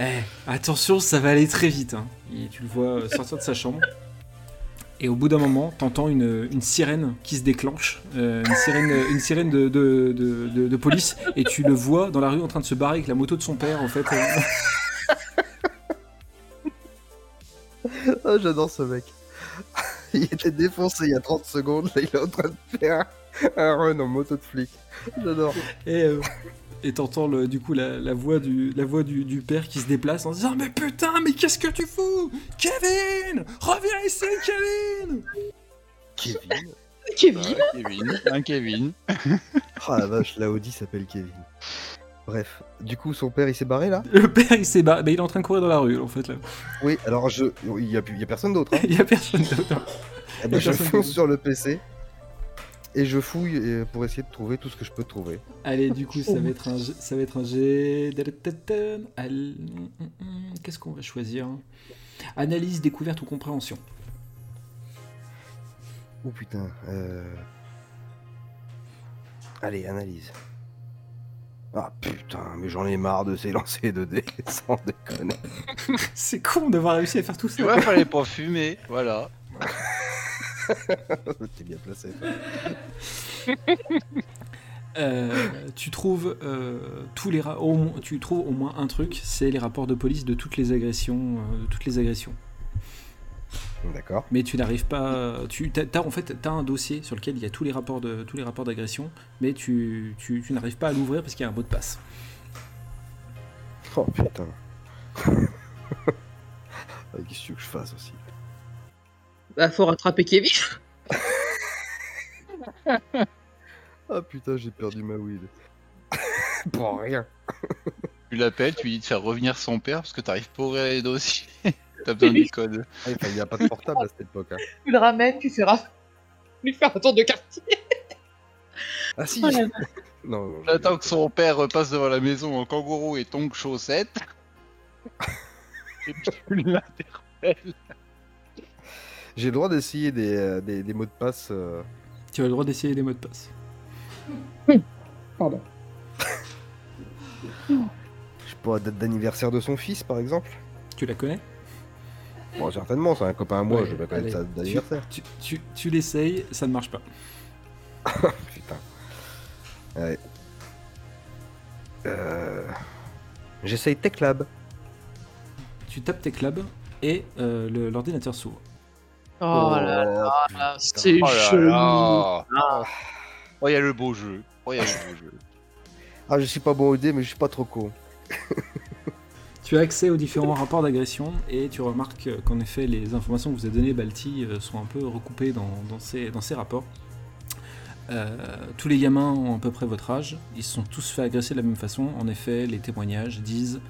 [SPEAKER 1] Eh, attention, ça va aller très vite. hein. Il- tu le vois euh, sortir de sa chambre. Et au bout d'un moment, t'entends une, une sirène qui se déclenche, euh, une sirène, une sirène de, de- de- de- de police, et tu le vois dans la rue en train de se barrer avec la moto de son père, en fait. euh.
[SPEAKER 4] Ah, j'adore ce mec. Il était défoncé il y a 30 secondes, là il est en train de faire un, un run en moto de flic. J'adore.
[SPEAKER 1] Et euh, et t'entends le- du coup la, la voix, du, la voix du, du père qui se déplace en disant Mais putain, mais qu'est-ce que tu fous Kevin Reviens ici, Kevin
[SPEAKER 3] Kevin.
[SPEAKER 5] Kevin
[SPEAKER 3] un Kevin. Un Kevin.
[SPEAKER 4] Ah la vache, la Audi s'appelle Kevin. Bref, du coup son père il s'est barré là
[SPEAKER 1] Le père, il s'est barré. Mais il est en train de courir dans la rue, en fait. Là.
[SPEAKER 4] Oui, alors je. Il n'y a, plus- il y a personne d'autre. hein.
[SPEAKER 1] Il y a personne d'autre.
[SPEAKER 4] Eh ben, je
[SPEAKER 1] Personne
[SPEAKER 4] fonce
[SPEAKER 1] d'autre.
[SPEAKER 4] sur le PC et je fouille euh, pour essayer de trouver tout ce que je peux trouver.
[SPEAKER 1] Allez, du coup, ça va être un, G- ça va être un G. Allez, Qu'est-ce qu'on va choisir hein Analyse, découverte ou compréhension
[SPEAKER 4] Oh putain. euh. Allez, analyse. Ah putain, mais j'en ai marre de ces lancers de dés, sans déconner.
[SPEAKER 1] C'est con d'avoir réussi à faire tout
[SPEAKER 3] Tu
[SPEAKER 1] ça.
[SPEAKER 3] vois, fallait pas fumer. Voilà.
[SPEAKER 4] T'es bien placé.
[SPEAKER 1] Euh, tu trouves euh, tous les ra- au moins- tu trouves au moins un truc, c'est les rapports de police de toutes les agressions, euh, de toutes les agressions.
[SPEAKER 4] D'accord.
[SPEAKER 1] Mais tu n'arrives pas, tu t'as, t'as- en fait t'as un dossier sur lequel il y a tous les rapports de tous les rapports d'agression, mais tu, tu, tu n'arrives pas à l'ouvrir parce qu'il y a un mot de passe.
[SPEAKER 4] Oh putain. Ah, Qu'est-ce que tu veux que je fasse aussi
[SPEAKER 5] Bah, faut rattraper Kevin.
[SPEAKER 4] Ah putain, j'ai perdu ma weed. Pour rien.
[SPEAKER 3] Tu l'appelles, tu lui dis de faire revenir son père parce que t'arrives pas à ouvrir les dossiers. T'as besoin du code.
[SPEAKER 4] Ah, il n'y a pas de portable à cette époque. hein.
[SPEAKER 5] Tu le ramènes, tu feras lui faire un tour de quartier.
[SPEAKER 4] Ah si
[SPEAKER 5] Oh là
[SPEAKER 4] Non, non, j'ai-
[SPEAKER 3] J'attends que son père repasse devant la maison en kangourou et tongue chaussette. et puis tu l'interpelles.
[SPEAKER 4] J'ai le droit d'essayer des, euh, des, des mots de passe. euh,
[SPEAKER 1] Tu as le droit d'essayer des mots de passe.
[SPEAKER 2] Pardon.
[SPEAKER 4] Je sais pas, date d'anniversaire de son fils par exemple.
[SPEAKER 1] Tu la connais
[SPEAKER 4] Bon, certainement, c'est un copain à moi,
[SPEAKER 1] Ouais,
[SPEAKER 4] je vais connaître
[SPEAKER 1] allez.
[SPEAKER 4] sa date d'anniversaire.
[SPEAKER 1] Tu, tu, tu l'essayes, ça ne marche pas.
[SPEAKER 4] Putain. Ouais. Euh... J'essaye Tech Lab.
[SPEAKER 1] Tu tapes tes clubs et euh, le- l'ordinateur s'ouvre.
[SPEAKER 5] Oh là là, c'est
[SPEAKER 3] Oh là
[SPEAKER 5] chelou.
[SPEAKER 3] là. Oh, il y a le beau jeu. Oh, il y a le beau jeu.
[SPEAKER 4] Ah, je suis pas bon au dé, mais je suis pas trop con.
[SPEAKER 1] Tu as accès aux différents rapports d'agression et tu remarques euh, qu'en effet les informations que vous a données Balti euh, sont un peu recoupées dans, dans ces, dans ces rapports. Euh, tous les gamins ont à peu près votre âge, ils se sont tous fait agresser de la même façon. En effet, les témoignages disent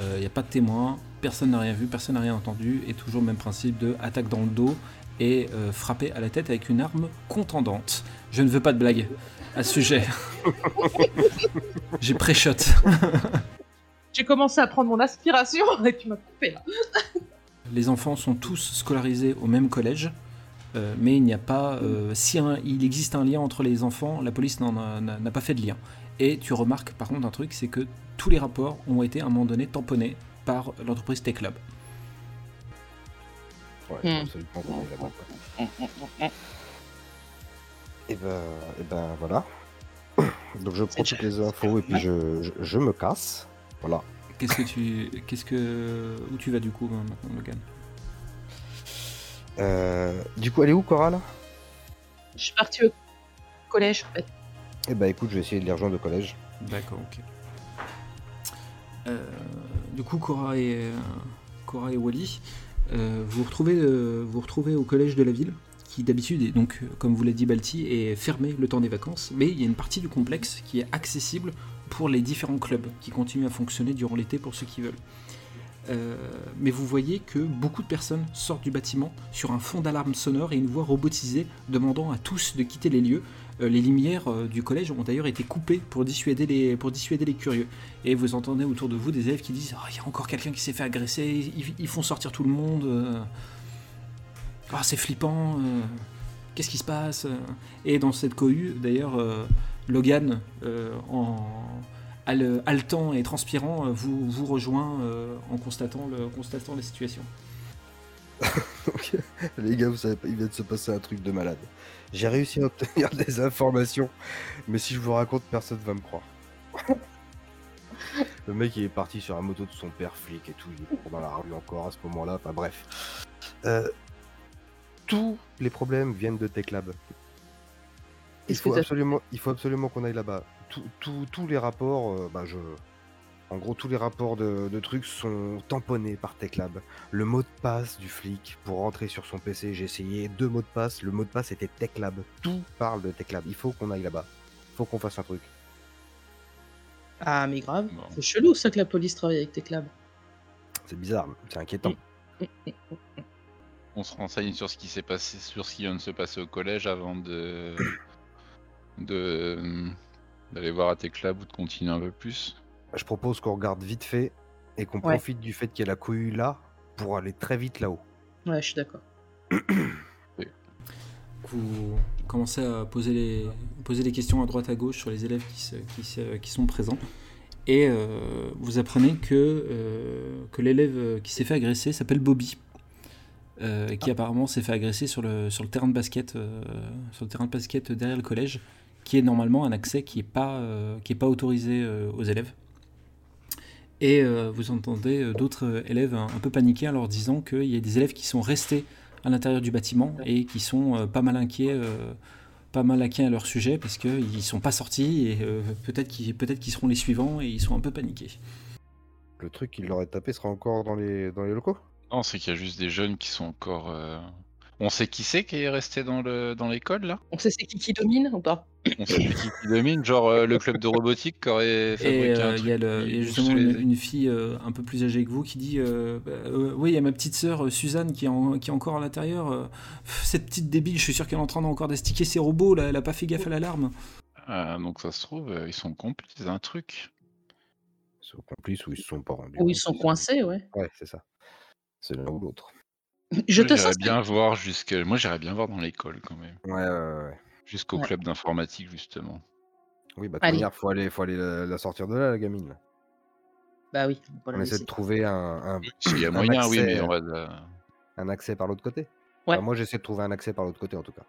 [SPEAKER 1] euh, il n'y a pas de témoin, personne n'a rien vu, personne n'a rien entendu, et toujours le même principe de attaque dans le dos et euh, frapper à la tête avec une arme contendante. Je ne veux pas de blague à ce sujet. J'ai pré-shot.
[SPEAKER 5] J'ai commencé à prendre mon aspiration et tu m'as coupé là.
[SPEAKER 1] Les enfants sont tous scolarisés au même collège, euh, mais il n'y a pas. euh, si un- il existe un lien entre les enfants, la police n'en a- n'a n'a pas fait de lien. Et tu remarques par contre un truc, c'est que tous les rapports ont été à un moment donné tamponnés par l'entreprise Tech Lab.
[SPEAKER 4] Ouais,
[SPEAKER 5] Hmm.
[SPEAKER 4] absolument con, il a pas de quoi. Et ben, et ben voilà. Donc je prends toutes les infos et puis je, je, je me casse. Voilà.
[SPEAKER 1] Qu'est-ce que tu. Qu'est-ce que. Où tu vas du coup hein, maintenant, Logan
[SPEAKER 4] Euh, du coup, elle est où Cora là
[SPEAKER 5] Je suis partie au collège en fait.
[SPEAKER 4] Eh ben écoute, je vais essayer de les rejoindre au collège.
[SPEAKER 1] D'accord, ok. Euh, du coup, Cora et, euh, Cora et Wally, euh, vous, retrouvez, euh, vous retrouvez au collège de la ville, qui d'habitude, est donc, euh, comme vous l'a dit Balti, est fermé le temps des vacances, mais il y a une partie du complexe qui est accessible pour les différents clubs, qui continuent à fonctionner durant l'été pour ceux qui veulent. Euh, mais vous voyez que beaucoup de personnes sortent du bâtiment sur un fond d'alarme sonore et une voix robotisée demandant à tous de quitter les lieux euh, les lumières euh, du collège ont d'ailleurs été coupées pour dissuader, les, pour dissuader les curieux. Et vous entendez autour de vous des élèves qui disent Oh, il y a encore quelqu'un qui s'est fait agresser, ils, ils font sortir tout le monde. euh. Ah, c'est flippant. euh. Qu'est-ce qui se passe euh Et dans cette cohue, d'ailleurs, euh, Logan, euh, en hal- haletant et transpirant, euh, vous, vous rejoint euh, en constatant, le, constatant la situation.
[SPEAKER 4] Donc, les gars, vous savez pas, il vient de se passer un truc de malade. J'ai réussi à obtenir des informations, mais si je vous raconte, personne va me croire. Le mec, il est parti sur la moto de son père flic et tout, il est court dans la rue encore à ce moment-là, enfin bref. Euh, tous les problèmes viennent de Tech Lab. Il
[SPEAKER 5] Est-ce que
[SPEAKER 4] faut,
[SPEAKER 5] t'as-
[SPEAKER 4] absolument, il faut absolument qu'on aille là-bas. Tous- tous- Tous les rapports, euh, bah, je... en gros, tous les rapports de, de trucs sont tamponnés par Tech Lab. Le mot de passe du flic pour rentrer sur son PC, j'ai essayé deux mots de passe. Le mot de passe était Tech Lab. Tout parle de Tech Lab. Il faut qu'on aille là-bas. Il faut qu'on fasse un truc.
[SPEAKER 5] Ah, mais grave.
[SPEAKER 3] Bon.
[SPEAKER 5] C'est chelou ça que la police travaille avec tes clubs.
[SPEAKER 4] C'est bizarre, c'est inquiétant.
[SPEAKER 1] Mm,
[SPEAKER 3] On se renseigne sur ce qui s'est passé, sur ce qui vient de se passer au collège avant de de d'aller voir à tes clubs ou de continuer un peu plus.
[SPEAKER 4] Je propose qu'on regarde vite fait et qu'on
[SPEAKER 5] Ouais.
[SPEAKER 4] profite du fait qu'il y a la cohue là pour aller très vite là-haut.
[SPEAKER 5] Ouais, je suis d'accord.
[SPEAKER 1] Vous commencez à poser les, poser des questions à droite à gauche sur les élèves qui, se- qui, se- qui sont présents. Et euh, vous apprenez que, euh, que l'élève qui s'est fait agresser s'appelle Bobby. euh, et qui apparemment s'est fait agresser sur le, sur le terrain de basket euh, sur le terrain de basket derrière le collège qui est normalement un accès qui n'est pas, euh, qui est pas autorisé euh, aux élèves et euh, vous entendez euh, d'autres élèves un, un peu paniqués en leur disant qu'il y a des élèves qui sont restés à l'intérieur du bâtiment et qui sont euh, pas mal inquiets, euh, pas mal inquiets à leur sujet parce qu'ils sont pas sortis et euh, peut-être qu'ils peut qu'ils seront les suivants et ils sont un peu paniqués.
[SPEAKER 4] Le truc qu'il leur a tapé sera encore dans les, dans les locaux
[SPEAKER 3] Non, c'est qu'il y a juste des jeunes qui sont encore. euh, On sait qui c'est qui est resté dans le dans l'école là.
[SPEAKER 5] On sait c'est qui qui domine ou pas
[SPEAKER 3] On sait plus qui, qui domine, genre euh, le club de robotique qui aurait
[SPEAKER 1] Et
[SPEAKER 3] fabriqué un
[SPEAKER 1] euh, il
[SPEAKER 3] truc
[SPEAKER 1] y a, le-
[SPEAKER 3] qui
[SPEAKER 1] il y a
[SPEAKER 3] pousse
[SPEAKER 1] justement
[SPEAKER 3] les-
[SPEAKER 1] une, une fille euh, un peu plus âgée que vous qui dit euh, Bah, euh, Oui, il y a ma petite sœur euh, Suzanne qui est, en- qui est encore à l'intérieur. euh, pff, cette petite débile, je suis sûr qu'elle est en train d'encore d'astiquer ses robots, là, elle a pas fait gaffe à l'alarme.
[SPEAKER 3] Ah, donc ça se trouve, euh, ils sont complices d'un truc.
[SPEAKER 4] Ils sont complices ou ils se sont pas rendus.
[SPEAKER 5] Ou ils
[SPEAKER 4] compte.
[SPEAKER 5] sont coincés, ouais.
[SPEAKER 4] Ouais, c'est ça. C'est l'un ou l'autre.
[SPEAKER 5] Je
[SPEAKER 3] Moi,
[SPEAKER 5] te
[SPEAKER 3] j'irais
[SPEAKER 5] sens
[SPEAKER 3] bien voir jusqu'à. Moi, j'irais bien voir dans l'école quand même,
[SPEAKER 4] Ouais, ouais, ouais. ouais.
[SPEAKER 3] jusqu'au
[SPEAKER 5] Ouais.
[SPEAKER 3] club d'informatique justement.
[SPEAKER 4] Oui, bah, de
[SPEAKER 5] Allez.
[SPEAKER 4] toute manière, faut aller, faut aller la, la sortir de là, la gamine. là.
[SPEAKER 5] Bah oui, on va la
[SPEAKER 4] On essaie
[SPEAKER 5] laisser.
[SPEAKER 4] de trouver un, un,
[SPEAKER 3] Il y a
[SPEAKER 4] Un
[SPEAKER 3] moyen, oui,
[SPEAKER 4] accès,
[SPEAKER 3] mais on
[SPEAKER 4] euh,
[SPEAKER 3] va. la-
[SPEAKER 4] un accès par l'autre côté.
[SPEAKER 5] Ouais.
[SPEAKER 4] Enfin, moi, j'essaie de trouver un accès par l'autre côté, en tout cas.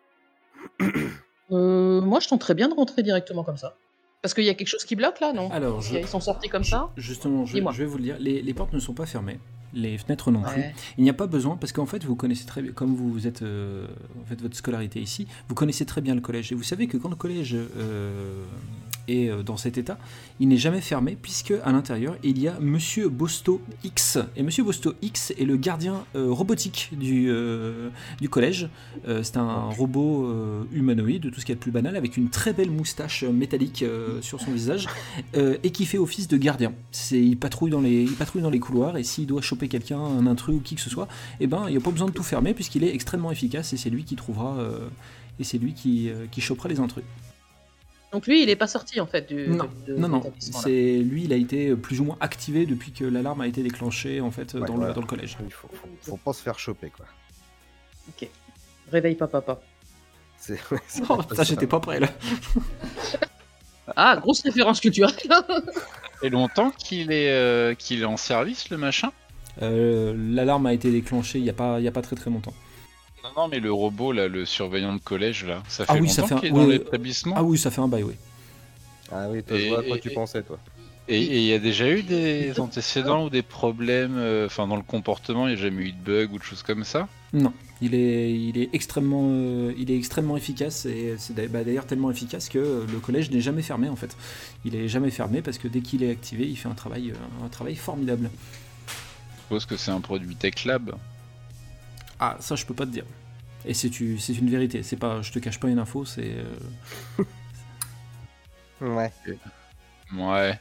[SPEAKER 5] Euh, moi, je tenterais bien de rentrer directement comme ça. Parce qu'il y a quelque chose qui bloque là, non
[SPEAKER 1] Alors, je,
[SPEAKER 5] Ils sont sortis comme ça
[SPEAKER 1] Justement, je,
[SPEAKER 5] Dis-moi.
[SPEAKER 1] je vais vous le dire, les, les portes ne sont pas fermées, les fenêtres non plus.
[SPEAKER 5] Ouais.
[SPEAKER 1] Il n'y a pas besoin, parce qu'en fait, vous connaissez très bien, comme vous êtes, euh, vous faites votre scolarité ici, vous connaissez très bien le collège. Et vous savez que quand le collège euh, est euh, dans cet état, il n'est jamais fermé, puisque à l'intérieur, il y a Monsieur Bosto X. Et Monsieur Bosto X est le gardien euh, robotique du, euh, du collège. Euh, c'est un robot euh, humanoïde, tout ce qu'il y a de plus banal, avec une très belle moustache euh, métallique euh, sur son visage euh, et qui fait office de gardien. C'est, il patrouille dans les, il patrouille dans les couloirs et s'il doit choper quelqu'un, un intrus ou qui que ce soit, eh ben il n'y a pas besoin de tout fermer puisqu'il est extrêmement efficace et c'est lui qui trouvera euh, et c'est lui qui, euh, qui chopera les intrus.
[SPEAKER 5] Donc lui, il est pas sorti en fait du.
[SPEAKER 4] Euh,
[SPEAKER 5] de- de-
[SPEAKER 1] non,
[SPEAKER 5] de
[SPEAKER 1] non,
[SPEAKER 5] l'établissement, là.
[SPEAKER 1] c'est lui, il a été plus ou moins activé depuis que l'alarme a été déclenchée en fait
[SPEAKER 4] Ouais,
[SPEAKER 1] dans, le,
[SPEAKER 4] voilà.
[SPEAKER 1] dans le collège.
[SPEAKER 4] Il faut, faut, faut pas se faire choper, quoi.
[SPEAKER 5] Ok. Réveille pas papa.
[SPEAKER 4] C'est ouais, c'est
[SPEAKER 1] Oh,
[SPEAKER 4] un peu
[SPEAKER 1] putain, j'étais pas prêt là.
[SPEAKER 5] Ah, grosse référence culturelle
[SPEAKER 3] Et longtemps qu'il est euh, qu'il est en service le machin.
[SPEAKER 1] Euh, l'alarme a été déclenchée il n'y a pas, il y a pas très très longtemps.
[SPEAKER 3] Non, non, mais le robot là, le surveillant de collège là, ça fait
[SPEAKER 1] Ah oui, ça
[SPEAKER 3] longtemps
[SPEAKER 1] fait un-
[SPEAKER 3] qu'il est dans
[SPEAKER 1] ouais.
[SPEAKER 3] l'établissement.
[SPEAKER 1] Ah oui, ça fait un bail, oui.
[SPEAKER 4] Ah oui, toi, je
[SPEAKER 3] Et-
[SPEAKER 4] vois à quoi
[SPEAKER 3] et-
[SPEAKER 4] tu
[SPEAKER 3] et-
[SPEAKER 4] pensais, toi.
[SPEAKER 3] Et et il y a déjà eu des antécédents ou des problèmes, euh, enfin dans le comportement, il n'y a jamais eu de bug ou de choses comme ça.
[SPEAKER 1] Il est, il est extrêmement, euh, il est extrêmement efficace et c'est d'a- bah, d'ailleurs tellement efficace que euh, le collège n'est jamais fermé en fait. Il est jamais fermé parce que dès qu'il est activé, il fait un travail, euh, un travail formidable.
[SPEAKER 3] Je suppose que c'est un produit Tech Lab.
[SPEAKER 1] Ah, ça je peux pas te dire. Et c'est tu- c'est une vérité. C'est pas, je te cache pas une info. C'est, euh,
[SPEAKER 4] Ouais.
[SPEAKER 3] Ouais.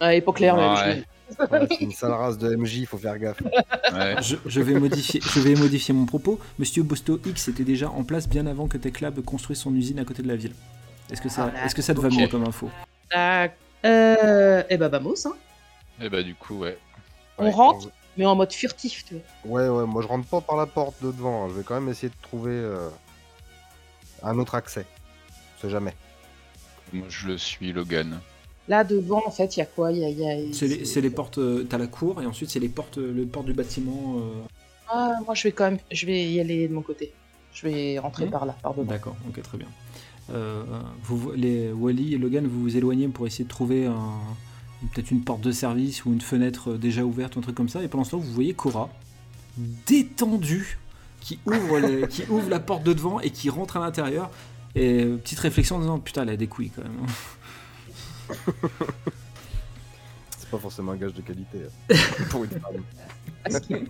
[SPEAKER 5] Ouais, et pas clair,
[SPEAKER 3] Ouais.
[SPEAKER 5] même chose.
[SPEAKER 4] c'est une sale race de MJ, faut faire gaffe.
[SPEAKER 3] ouais.
[SPEAKER 1] je, je vais modifier, je vais modifier mon propos. Monsieur Bosto X était déjà en place bien avant que Tech Lab construise son usine à côté de la ville. Est-ce que ça,
[SPEAKER 5] Voilà.
[SPEAKER 1] est-ce que ça te va
[SPEAKER 3] Ok.
[SPEAKER 1] mieux comme info
[SPEAKER 5] Tac. Euh, eh ben, vamos, hein.
[SPEAKER 3] Et bah du coup, ouais.
[SPEAKER 5] On
[SPEAKER 4] Ouais,
[SPEAKER 5] rentre, mais en mode furtif, tu vois.
[SPEAKER 4] Ouais, ouais, moi, je rentre pas par la porte de devant. hein. Je vais quand même essayer de trouver euh, un autre accès. On sait jamais.
[SPEAKER 3] Moi, je le suis, Logan.
[SPEAKER 5] Là devant, en fait, il y a quoi Il y a- il y a-
[SPEAKER 1] C'est les, c'est les portes, euh, t'as la cour et ensuite c'est les portes, euh, le porte du bâtiment. euh,
[SPEAKER 5] Ah, moi, je vais quand même, je vais y aller de mon côté. Je vais rentrer
[SPEAKER 1] Mhm.
[SPEAKER 5] par là, par devant.
[SPEAKER 1] D'accord, ok, très bien. Euh, vous, les Wally et Logan, vous vous éloignez pour essayer de trouver un- peut-être une porte de service ou une fenêtre euh, déjà ouverte, ou un truc comme ça. Et pendant ce temps, vous voyez Cora détendue qui ouvre, les- qui ouvre la porte de devant et qui rentre à l'intérieur. Et euh, petite réflexion en disant putain, elle a des couilles quand même.
[SPEAKER 4] C'est pas forcément un gage de qualité hein. pour une femme.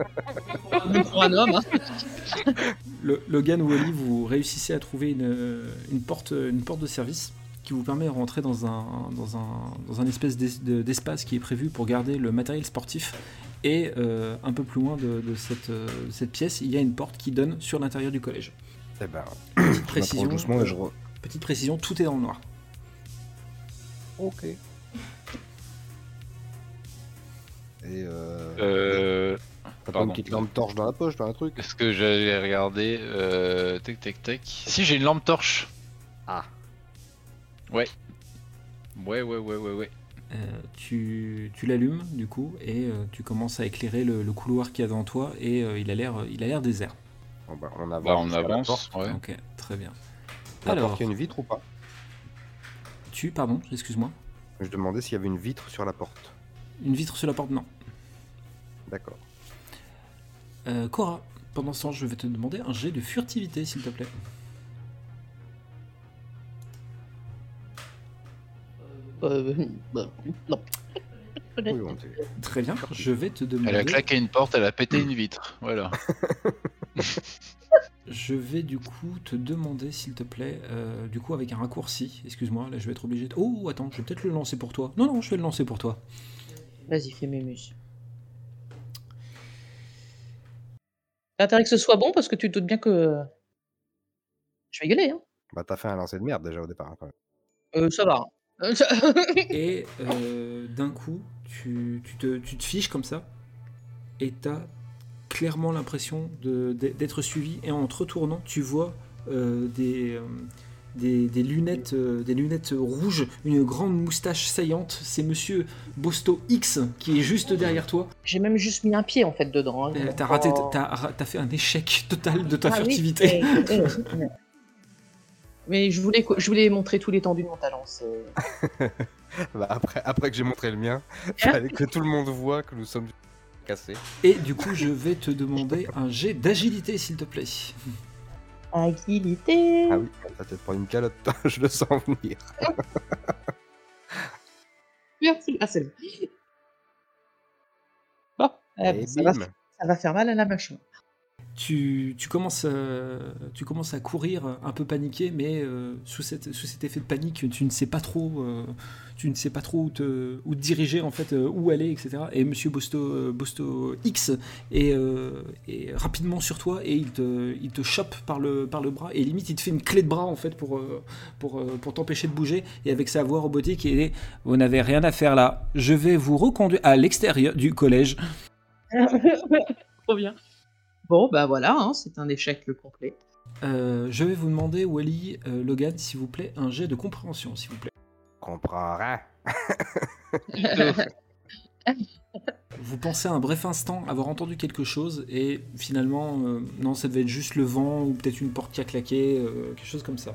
[SPEAKER 5] Même pour un homme. hein.
[SPEAKER 1] Le- Logan ou Oli, vous réussissez à trouver une, euh, une porte, une porte de service qui vous permet de rentrer dans un, dans un, dans un espèce d'es- de- d'espace qui est prévu pour garder le matériel sportif. Et euh, un peu plus loin de, de cette, euh, cette pièce, il y a une porte qui donne sur l'intérieur du collège.
[SPEAKER 4] Eh ben,
[SPEAKER 1] Petite
[SPEAKER 4] je m'approche
[SPEAKER 1] précision,
[SPEAKER 4] doucement et je re...
[SPEAKER 1] petite précision, tout est dans le noir.
[SPEAKER 4] Ok. Et euh...
[SPEAKER 3] Euh,
[SPEAKER 4] T'as pas
[SPEAKER 3] pardon.
[SPEAKER 4] une petite lampe torche dans la poche, dans un truc
[SPEAKER 3] Est-ce que j'allais regarder euh, Tac tac tac. Si j'ai une lampe torche.
[SPEAKER 4] Ah.
[SPEAKER 3] Ouais. Ouais ouais ouais ouais ouais.
[SPEAKER 1] Euh, tu tu l'allumes du coup et euh, tu commences à éclairer le, le couloir qu'il y a devant toi et euh, il a l'air il a l'air désert.
[SPEAKER 4] Bon, bah, On avance.
[SPEAKER 3] Bah on
[SPEAKER 4] jusqu'à la
[SPEAKER 3] avance.
[SPEAKER 4] porte.
[SPEAKER 3] Ouais.
[SPEAKER 1] Ok, très bien.
[SPEAKER 4] La
[SPEAKER 1] Alors.
[SPEAKER 4] porte, il y a une vitre ou pas
[SPEAKER 1] Tu, pardon, excuse-moi.
[SPEAKER 4] Je demandais s'il y avait une vitre sur la porte.
[SPEAKER 1] Une vitre sur la porte, non.
[SPEAKER 4] D'accord.
[SPEAKER 1] Euh, Cora, pendant ce temps, je vais te demander un jet de furtivité, s'il te plaît.
[SPEAKER 5] Euh, bah, non.
[SPEAKER 4] Oui, on sait.
[SPEAKER 1] Très bien, je vais te demander.
[SPEAKER 3] Elle a claqué une porte, elle a pété
[SPEAKER 4] Hmm.
[SPEAKER 3] une vitre. Voilà.
[SPEAKER 1] Je vais du coup te demander, s'il te plaît, euh, du coup avec un raccourci. Excuse-moi, là je vais être obligé de. Oh, attends, je vais peut-être le lancer pour toi. Non, non, je vais le lancer pour toi.
[SPEAKER 5] Vas-y, fais mes muses. T'as intérêt que ce soit bon parce que tu te doutes bien que. Je vais gueuler, hein.
[SPEAKER 4] Bah t'as fait un lancer de merde déjà au départ. hein, quand même.
[SPEAKER 5] Euh, ça va. hein. Euh, ça-
[SPEAKER 1] Et euh, d'un coup, tu, tu te, tu te fiches comme ça, et t'as clairement l'impression de- d'e- d'être suivi, et en te retournant, tu vois euh, des, euh, des, des lunettes, euh, des lunettes rouges, une grande moustache saillante, c'est Monsieur Bosto X qui est juste derrière toi.
[SPEAKER 5] J'ai même juste mis un pied en fait dedans. hein.
[SPEAKER 1] Euh, T'as raté,
[SPEAKER 5] Oh.
[SPEAKER 1] t'as ra- t'as fait un échec total de ta
[SPEAKER 5] Ah
[SPEAKER 1] furtivité.
[SPEAKER 5] oui, mais- mais- Mais je voulais, co- je voulais montrer tout l'étendue de mon talent. c'est-
[SPEAKER 4] Bah, après, après que j'ai montré le mien, fallait que tout le monde voit que nous sommes cassés.
[SPEAKER 1] Et du coup, je vais te demander un jet d'agilité, s'il te plaît. Ah
[SPEAKER 5] Agilité.
[SPEAKER 4] Ah oui, ça peut-être prendre une calotte, je le sens venir.
[SPEAKER 5] Merci. Ah, c'est bon. Bon, eh ben,
[SPEAKER 4] Et
[SPEAKER 5] ça, va,
[SPEAKER 4] bim.
[SPEAKER 5] ça va faire mal à la machine.
[SPEAKER 1] tu, tu commences, euh, tu commences à courir euh, un peu paniqué, mais euh, sous, cette- sous cet effet de panique, tu ne sais pas trop, euh, tu ne sais pas trop où te, où te diriger en fait, euh, où aller, etc. Et Monsieur Bosto, euh, Bosto X est, euh, est rapidement sur toi et il te, il te chope par le, par le bras et limite il te fait une clé de bras en fait pour, euh, pour, euh, pour t'empêcher de bouger et avec sa voix robotique il est vous n'avez rien à faire là, je vais vous reconduire à l'extérieur du collège.
[SPEAKER 5] Trop bien. Bon, bah voilà, hein, c'est un échec le complet.
[SPEAKER 1] Euh, je vais vous demander, Wally, euh, Logan, s'il vous plaît, un jet de compréhension, s'il vous plaît.
[SPEAKER 4] Comprends rien.
[SPEAKER 1] Vous pensez un bref instant avoir entendu quelque chose et finalement, euh, non, ça devait être juste le vent ou peut-être une porte qui a claqué, euh, quelque chose comme ça.